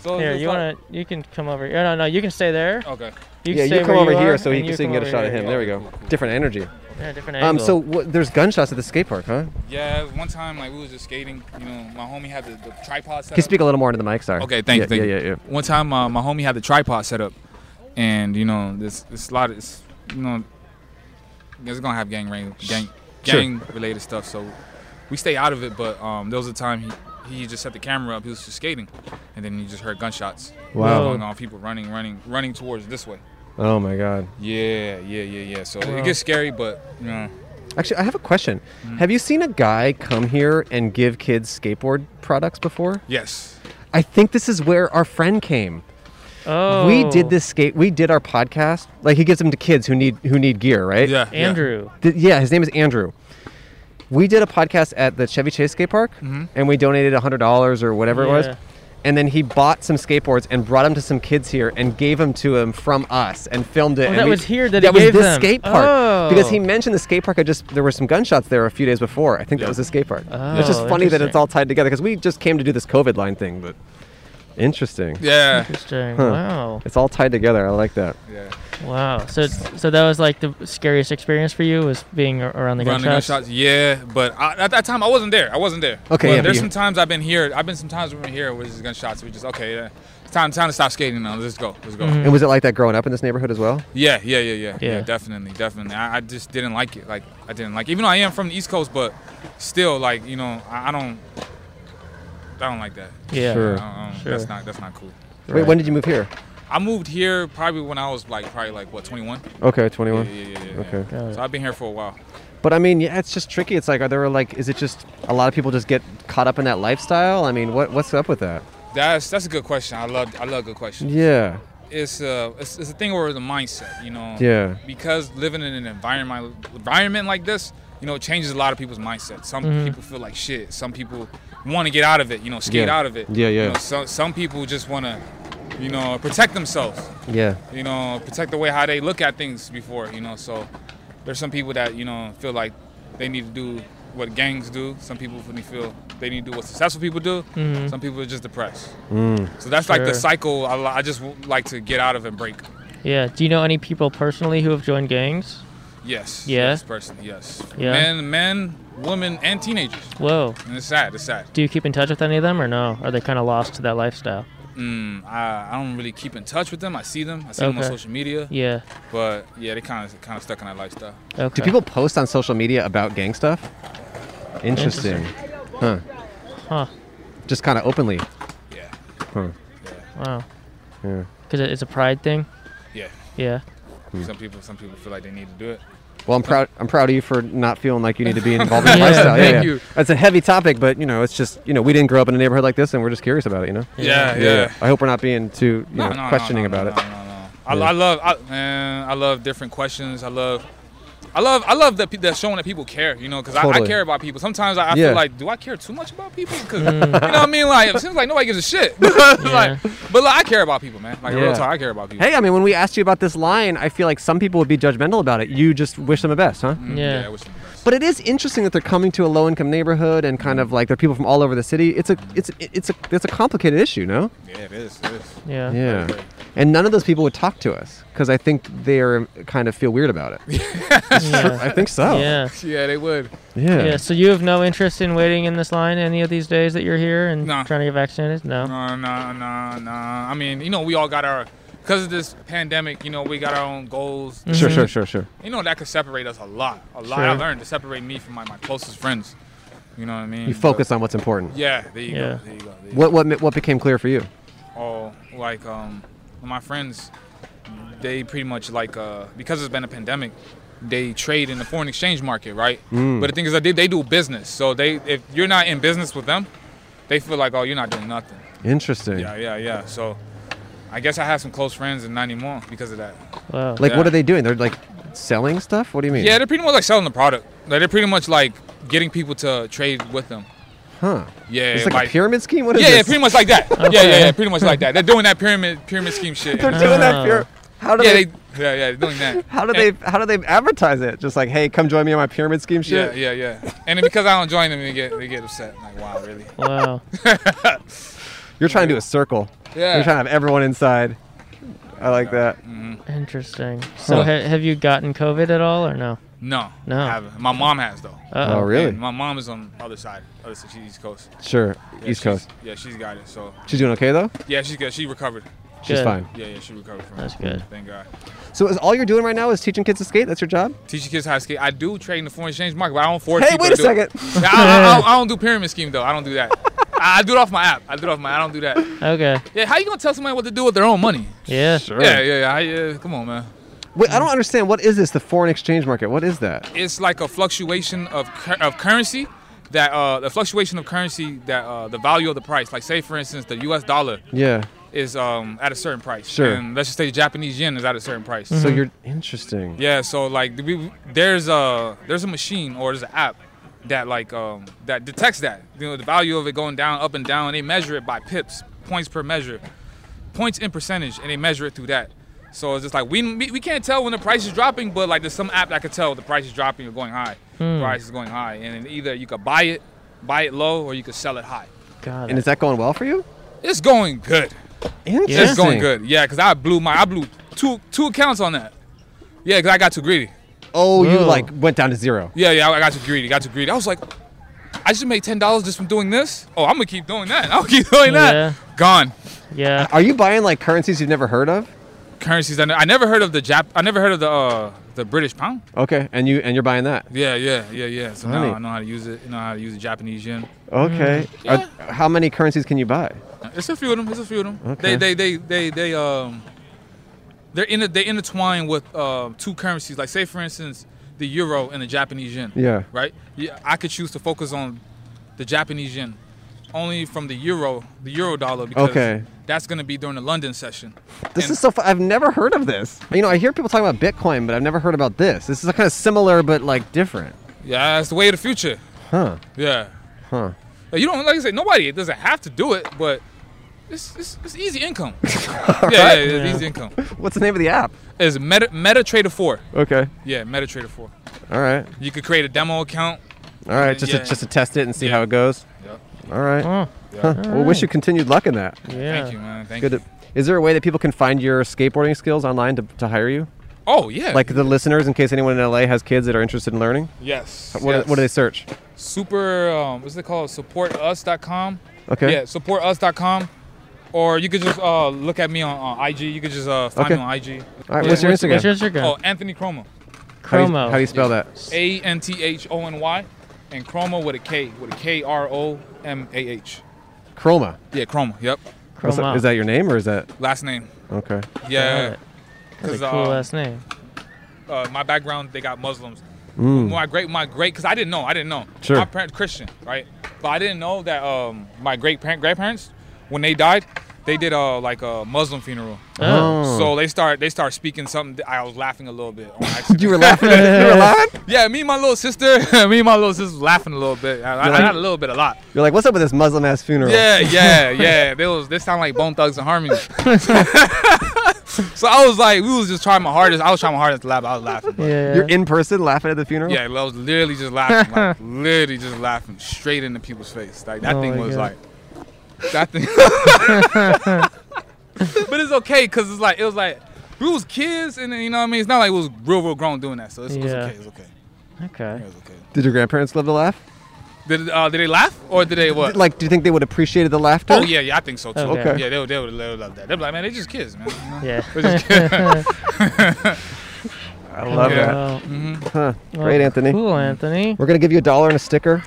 S10: So
S3: Here,
S10: it's
S3: you
S10: like-
S3: wanna? You can come over. here. No, no, you can stay there.
S10: Okay.
S3: You
S8: Oh. yeah.
S3: stay
S8: You come
S3: where
S8: over
S3: you
S8: here
S3: are,
S8: so, he,
S3: and
S8: so you
S3: come
S8: can get a
S3: over
S8: shot of
S3: here.
S8: him. There we go. Different energy.
S3: Yeah, different
S8: Um.
S3: angle.
S8: So what, there's gunshots at the skate park, huh? Can
S10: Yeah. One time like we was just skating. You know, my homie had the, the tripod set.
S8: you
S10: up.
S8: speak a little more into the mic? Sorry.
S10: Okay, thank
S8: yeah,
S10: you. Thank
S8: yeah,
S10: you.
S8: yeah, yeah.
S10: One time, uh, my homie had the tripod set up, and you know, this this lot is, you know, it's gonna have gang rain, gang,
S8: Sure.
S10: gang related stuff. So we stay out of it. But um, there was a time he he just set the camera up. He was just skating, and then he just heard gunshots.
S8: Wow.
S10: going on, people running, running, running towards this way.
S8: Oh my God.
S10: Yeah, yeah, yeah, yeah. So it gets scary, but you know,
S8: Actually, I have a question.
S3: Mm.
S8: Have you seen a guy come here and give kids skateboard products before?
S10: yes.
S8: I think this is where our friend came.
S3: oh,
S8: We did this skate. We did our podcast. Like he gives them to kids who need who need gear, right?
S10: Yeah, yeah.
S3: Andrew.
S8: Th- yeah. His name is Andrew. We did a podcast at the Chevy Chase skate park, and we donated hundred dollars or whatever it
S3: Mm-hmm. Yeah.
S8: was. and then he bought some skateboards and brought them to some kids here and gave them to him from us and filmed it. and
S3: Oh, that
S8: we-
S3: was here that he
S8: that was
S3: gave
S8: this
S3: them.
S8: skate park because he
S3: Oh.
S8: mentioned the skate park. I just there were some gunshots there a few days before. I think that
S5: Yeah.
S8: was the skate park. it's just
S3: Oh,
S8: funny that it's
S3: interesting.
S8: all tied together because we just came to do this COVID line thing, but interesting.
S10: Yeah.
S3: Interesting.
S8: Huh.
S3: Wow.
S8: It's all tied together. I like that.
S10: Yeah.
S3: Wow. So, so that was like the scariest experience for you was being ar- around the
S10: Around the
S3: gunshots.
S10: gunshots, yeah, but I, at that time I wasn't there. I wasn't there.
S8: Okay,
S10: But
S8: yeah, but
S10: there's
S8: you-
S10: some times I've been here. I've been some times we've been here with just gunshots. We just okay, yeah. It's time, time to stop skating now. Let's go. Let's go.
S8: And was it like that growing up in this neighborhood as well?
S10: Yeah, yeah, yeah, yeah, yeah.
S3: Yeah.
S10: definitely, definitely. I, I just didn't like it. Like I didn't like. Even though I am from the East Coast, but still, like you know, I, I don't. I don't like that.
S3: Yeah.
S10: I
S8: Sure.
S10: don't- I don't-
S3: Sure.
S10: That's not. That's not cool.
S8: Wait, when did you move here?
S10: I moved here probably when I was like probably like what 21.
S8: Okay,
S10: Yeah,
S8: 21.
S10: yeah, yeah, yeah.
S8: Okay.
S10: yeah. So I've been here for a while.
S8: But I mean, yeah, it's just tricky. It's like, are there like, is it just a lot of people just get caught up in that lifestyle? I mean, what what's up with that?
S10: That's that's a good question. I love I love good questions.
S8: Yeah,
S10: It's a it's, it's a thing where the mindset, you know.
S8: Yeah.
S10: Because living in an environment environment like this, you know, it changes a lot of people's mindset. Some
S8: Mm-hmm.
S10: people feel like shit. Some people want to get out of it. You know, skate
S8: Yeah.
S10: out of it.
S8: Yeah, yeah.
S10: You know, some some people just want to, you know, protect themselves.
S8: yeah,
S10: You know, protect the way how they look at things before. You know, so there's some people that you know feel like they need to do what gangs do. Some people feel they need to do what successful people do. Some people are just depressed. So that's like the
S3: Mm-hmm. Sure.
S10: cycle I, li- I just w- like to get out of and break.
S3: Yeah. Do you know any people personally who have joined gangs?
S10: Yes.
S3: Yeah.
S10: Yes, person. Yes.
S3: Yeah.
S10: Men, men, women, and teenagers.
S3: Whoa.
S10: And it's sad. It's sad.
S3: Do you keep in touch with any of them or no? Are they kind of lost to that lifestyle?
S10: Mm, I, I don't really keep in touch with them. I see them. I see them on
S3: Okay.
S10: social media.
S3: Yeah.
S10: But yeah, they kind of kind of stuck in that lifestyle.
S3: Okay.
S8: do people post on social media about gang stuff? Interesting, huh?
S3: Huh.
S8: Just kind of openly.
S10: Yeah.
S3: Wow.
S8: Yeah.
S3: Because it's a pride thing.
S10: Yeah.
S3: Yeah.
S10: Some people some people feel like they need to do it.
S8: Well, I'm proud. I'm proud of you for not feeling like you need to be involved in the
S3: Yeah,
S8: lifestyle.
S10: thank you.
S8: It's a heavy topic, but you know, it's just you know, we didn't grow up in a neighborhood like this, and we're just curious about it. You know.
S10: Uh, Yeah. Yeah.
S8: I hope we're not being too you
S10: No,
S8: know,
S10: no, no,
S8: questioning
S10: no,
S8: about
S10: no,
S8: it.
S10: No, no, no. I, I love I, man. I love different questions. I love. I love I love that pe- that showing that people care, you know, because I,
S8: Totally.
S10: care about people. Sometimes I,
S8: Yeah.
S10: I
S8: Mm.
S10: feel like, do I care too much about people? Because you know what I mean. Like it seems like nobody gives a shit. Like,
S3: Yeah.
S10: but like I care about people, man. Like
S8: Yeah.
S10: real talk, I care about people.
S8: Hey, I mean, when we asked you about this line, I feel like some people would be judgmental about it. You just wish them the best, huh?
S10: Mm,
S3: Yeah.
S10: I wish them the best.
S8: But it is interesting that they're coming to a low-income neighborhood and kind of like they're people from all over the city. It's a it's it's a it's a complicated issue, no?
S10: yeah, it is. It is.
S3: Yeah.
S8: Yeah. And none of those people would talk to us because I think they're kind of feel weird about it.
S3: Yeah.
S8: I think so.
S3: Yeah.
S10: Yeah, they would.
S8: Yeah.
S3: Yeah. So you have no interest in waiting in this line any of these days that you're here and
S10: Nah.
S3: trying to get vaccinated? No.
S10: No, no, no, no. I mean, you know, we all got our because of this pandemic. You know, we got our own goals.
S8: Sure, sure, sure, sure.
S10: You know, that could separate us a lot. A lot. I
S3: Sure.
S10: learned to separate me from my, my closest friends. You know what I mean?
S8: You focus on what's important.
S10: Yeah, there you
S3: Yeah.
S10: go. There you go. There you
S8: What what what became clear for you?
S10: go. All like um, my friends, they pretty much like uh, because it's been a pandemic, they trade in the foreign exchange market, right?
S8: Mm.
S10: But the thing is that they, they do business, so they if you're not in business with them, they feel like oh you're not doing nothing.
S8: Interesting.
S10: Yeah, yeah, yeah. So. I guess I have some close friends and not anymore because of that.
S3: Wow.
S8: Like what
S10: Yeah.
S8: are they doing? They're like selling stuff? What do you mean?
S10: Yeah, they're pretty much like selling the product. Like they're pretty much like getting people to trade with them.
S8: Huh.
S10: Yeah,
S8: It's like, a pyramid scheme? What is
S10: Yeah, yeah,
S8: this?
S10: pretty much like that. Yeah, yeah, yeah, pretty much like that. They're doing that pyramid pyramid scheme shit.
S8: They're doing that
S3: Oh.
S8: pyramid. How do
S10: yeah,
S8: they,
S10: they, yeah, yeah, they're doing that.
S8: how do they how do they advertise it? Just like, hey, come join me on my pyramid scheme
S10: Yeah,
S8: shit?
S10: yeah, yeah. And then because I don't join them, they get they get upset. Like, wow, really?
S3: Wow.
S8: You're trying to do a circle.
S10: Yeah.
S8: You're trying to have everyone inside. I like that.
S3: Interesting. So
S8: Huh.
S3: ha- have you gotten COVID at all or no?
S10: No,
S3: No.
S10: I haven't. My mom has though.
S8: Oh,
S3: Uh-oh.
S10: Yeah, my mom is on the other side, other side, she's East Coast.
S8: Sure.
S10: Yeah,
S8: East
S10: she's-
S8: Coast.
S10: Yeah, she's got it. So
S8: She's doing okay though.
S10: yeah, she's good. She recovered.
S8: She's
S3: Good.
S8: fine.
S10: Yeah, yeah, she recovered from
S3: That's
S10: it.
S3: good.
S10: Thank God.
S8: So is all you're doing right now is teaching kids to skate? That's your job?
S10: Teaching kids how to skate. I do trade in the foreign exchange market, but I don't force
S8: Hey,
S10: people
S8: wait a
S10: to do it.
S8: second.
S10: I, I- I don't, I don't do pyramid scheme though. I don't do that. I, I do it off my app. I do it off my. I don't do that.
S3: Okay.
S10: Yeah, how you gonna tell somebody what to do with their own money?
S3: Yeah.
S10: Yeah, yeah, yeah. I, yeah. Come on, man.
S8: Wait, I don't understand. What is this? The foreign exchange market? What is that?
S10: It's like a fluctuation of cur- of currency that uh, the fluctuation of currency that uh, the value of the price. Like say for instance, the U.S. dollar
S8: Yeah.
S10: is um, at a certain price.
S8: Sure. Mm-hmm.
S10: And let's just say the Japanese yen is at a certain price.
S8: So
S3: Hmm.
S8: you're interesting.
S10: Yeah. So like we, there's a there's a machine or there's an app that like um, that detects that you know the value of it going down up and down. They measure it by pips. points per measure, points in percentage, and they measure it through that. So it's just like we we we can't tell when the price is dropping, but like there's some app that could tell the price is dropping or going high. The price is going high, and then either you could buy it, buy it low, or you could sell it high.
S3: God,
S8: And is that going well for you?
S10: It's going good.
S8: Interesting.
S10: It's going good. Yeah, because I blew my I blew two two accounts on that. Yeah, because I got too greedy.
S8: Oh, you
S3: Whoa.
S8: like went down to zero.
S10: Yeah, yeah, I got too greedy. Got too greedy. I was like, I should make ten dollars just from doing this. Oh, I'm gonna keep doing that. I'll keep doing that.
S3: Yeah.
S10: Gone.
S3: yeah.
S8: Are you buying like currencies you've never heard of?
S10: Currencies. I, ne- I never heard of the Jap. I never heard of the uh, the British pound.
S8: Okay, and you and you're buying that.
S10: Yeah, yeah, yeah, yeah. So
S8: Funny.
S10: now I know how to use it. You know how to use the Japanese yen.
S8: Okay.
S10: Mm.
S8: Are- how many currencies can you buy?
S10: It's a few of them. It's a few of them.
S8: Okay.
S10: They, they, they, they, they, um, they're in. they intertwine with uh, two currencies. Like say, for instance, the euro and the Japanese yen.
S8: Yeah.
S10: Right. Yeah. I could choose to focus on the Japanese yen only from the euro, the euro dollar, because
S8: Okay.
S10: that's gonna be during the London session.
S8: This
S10: And-
S8: is so. Fu- I've never heard of this. You know, I hear people talking about Bitcoin, but I've never heard about this. This is kind of similar, but like different.
S10: yeah, it's the way of the future.
S8: Huh?
S10: Yeah.
S8: Huh?
S10: Like, You don't like I said. Nobody it doesn't have to do it, but it's it's, it's easy income. yeah, yeah, yeah, it's easy income.
S8: What's the name of the app?
S10: It's Meta MetaTrader four.
S8: Okay.
S10: Yeah, MetaTrader four.
S8: All right.
S10: You could create a demo account.
S8: All right. Just
S10: Yeah.
S8: to, just to test it and see
S10: Yeah.
S8: how it goes.
S10: Yep.
S8: All right.
S3: Oh,
S8: Huh. Well, wish you continued luck in that.
S3: yeah.
S10: Thank you, man. Thank
S8: Good.
S10: you.
S8: to- Is there a way that people can find your skateboarding skills online to, to hire you?
S10: Oh yeah.
S8: Like the listeners, in case anyone in LA has kids that are interested in learning,
S10: yes.
S8: what,
S10: yes.
S8: what do they search?
S10: Super. Um, what's it called? Supportus.com.
S8: Okay.
S10: Yeah, supportus.com. Or you could just uh, look at me on, on IG. You could just uh, find
S8: Okay.
S10: me on IG.
S8: All right.
S10: Yeah.
S8: What's your Instagram?
S3: What's your Instagram?
S10: Oh, Anthony Cromo.
S8: How do you-
S3: Chromo.
S8: How do you spell that?
S10: A N T H O N Y, and Chroma with a K, with a K R O M A H.
S8: Chroma.
S10: Yeah, Chroma. Yep.
S8: What's that-
S3: Chroma.
S8: Is that your name or is that
S10: Last name.
S8: okay?
S10: Yeah.
S3: Got it.
S10: Because
S3: Cool last name.
S10: uh, my background, they got Muslims. My great, my great, because I didn't know, I didn't know.
S8: Mm. Sure.
S10: My parents Christian, right? But I didn't know that um, my great parent, grandparents, when they died, they did a like a Muslim funeral.
S3: Oh.
S10: So they start, they start speaking something. that I was laughing a little bit. On accident.
S8: You were laughing. at it? You were laughing.
S10: yeah, me and my little sister, me and my little sister was laughing a little bit. I, I,
S8: like-
S10: not a little bit, a lot.
S8: You're like, what's up with this Muslim ass funeral?
S10: Yeah, yeah, yeah. They was they sound like Bone Thugs and Harmony. so I was like, we was just trying my hardest. I was trying my hardest to laugh. but I was laughing. but-
S3: Yeah.
S8: You're in person laughing at the funeral.
S10: Yeah, I was literally just laughing, like, literally just laughing straight into people's face. Like that
S3: Oh
S10: thing
S3: my
S10: was
S3: God.
S10: like that thing. but it's okay, cause it's like it was like we was kids, and then, you know what I mean. It's not like we was real, real grown doing that. So it's, it's
S3: Yeah.
S10: okay. It's okay.
S3: okay.
S10: It's okay.
S8: Did your grandparents love to laugh?
S10: Did, uh, did they laugh or did they what?
S8: Like, do you think they would appreciate the laughter?
S10: Oh yeah, yeah, I think so too.
S3: Okay.
S10: Yeah, they would, they would love that. They're like, man, they just kids, man. you know?
S3: Yeah.
S10: They just Uh, kids.
S8: I love
S10: Yeah.
S8: that.
S3: Well,
S10: mm-hmm.
S8: Huh.
S3: well,
S8: Great, Anthony.
S3: Cool, Anthony.
S8: We're gonna give you a dollar and a sticker.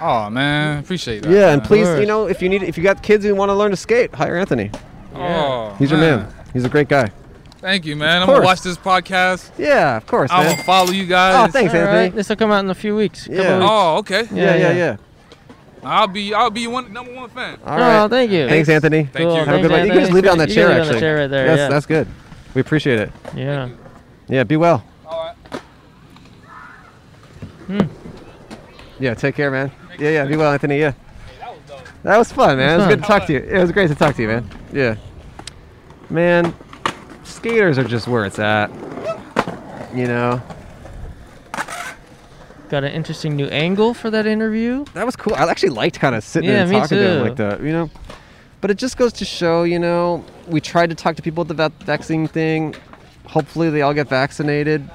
S10: oh man, appreciate that.
S8: Yeah, and
S10: man.
S8: please, you
S3: course.
S8: know, if you need, if you got kids who want to learn to skate, hire Anthony.
S10: Oh,
S8: He's your man. He's a great guy.
S10: Thank you, man. I'm
S8: course.
S10: gonna watch this podcast.
S8: Yeah, of course,
S10: I'm
S8: man.
S10: gonna follow you guys.
S8: Oh, thanks,
S3: All right.
S8: Anthony.
S3: This will come out in a few weeks. couple
S8: Yeah.
S3: weeks.
S10: Oh, okay.
S8: Yeah,
S3: Yeah,
S8: yeah, yeah.
S3: yeah.
S10: I'll be I'll be one number one fan.
S8: All right.
S3: Oh, thank you.
S8: Thanks, Anthony.
S10: Thank
S3: Cool.
S10: you.
S8: Have a
S3: Thanks,
S8: good one. You can just
S3: Anthony.
S8: leave it on that
S3: You can
S8: chair,
S3: leave it on the
S8: actually.
S3: chair right there,
S8: Yes,
S3: yeah.
S8: that's good. We appreciate it.
S3: Yeah.
S8: Yeah, be well.
S10: All right.
S8: Yeah, take care, man. Yeah, yeah, be well, Anthony. Yeah. That was fun, man. It
S3: That
S8: was
S3: was
S8: good to talk to you. It was great to talk to you, man. Yeah. Man, skaters are just where it's at. You know,
S3: Got an interesting new angle for that interview.
S8: that was cool. I actually liked kind of sitting there
S3: Yeah,
S8: and
S3: me
S8: talking to him
S3: too.
S8: like that, you know. But it just goes to show, you know, we tried to talk to people at the vac- vaccine thing. Hopefully, they all get vaccinated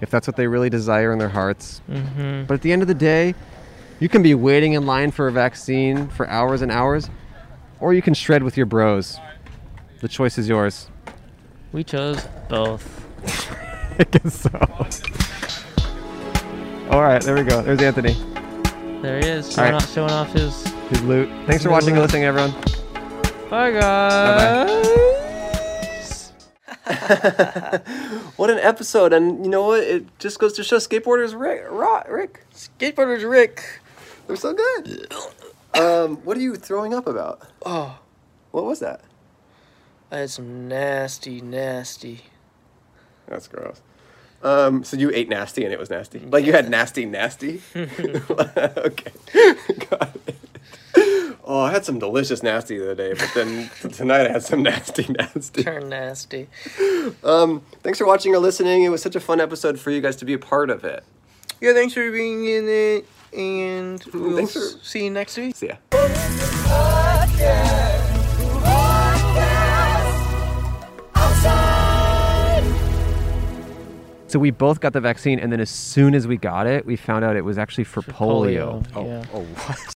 S8: if that's what they really desire in their hearts.
S3: Mm-hmm.
S8: But at the end of the day, you can be waiting in line for a vaccine for hours and hours, or you can shred with your bros. The choice is yours.
S3: We chose both.
S8: I guess so. All right, there we go. There's Anthony.
S3: There he is,
S8: All
S3: showing,
S8: right.
S3: off, showing off his.
S8: His loot. Thanks for watching and listening, everyone.
S3: Bye, guys.
S2: What an episode! And you know what? It just goes to show skateboarders, Rick. Ra- Rick. Skateboarders, Rick. They're so good. um, what are you throwing up about?
S1: Oh,
S2: What was that?
S1: I had some nasty, nasty.
S2: That's gross. Um, so you ate nasty and it was nasty. Like you had nasty, nasty. okay, got it. oh, I had some delicious nasty the other day, but then tonight I had some nasty nasty.
S9: Turn nasty.
S2: Thanks for watching or listening. It was such a fun episode for you guys to be a part of it.
S9: Yeah, thanks for being in it, and we'll
S2: Thanks for-
S9: s- see you next week.
S2: See ya.
S4: So we both got the vaccine, and then as soon as we got it, we found out it was actually for polio.
S9: Yeah.
S11: Oh, what?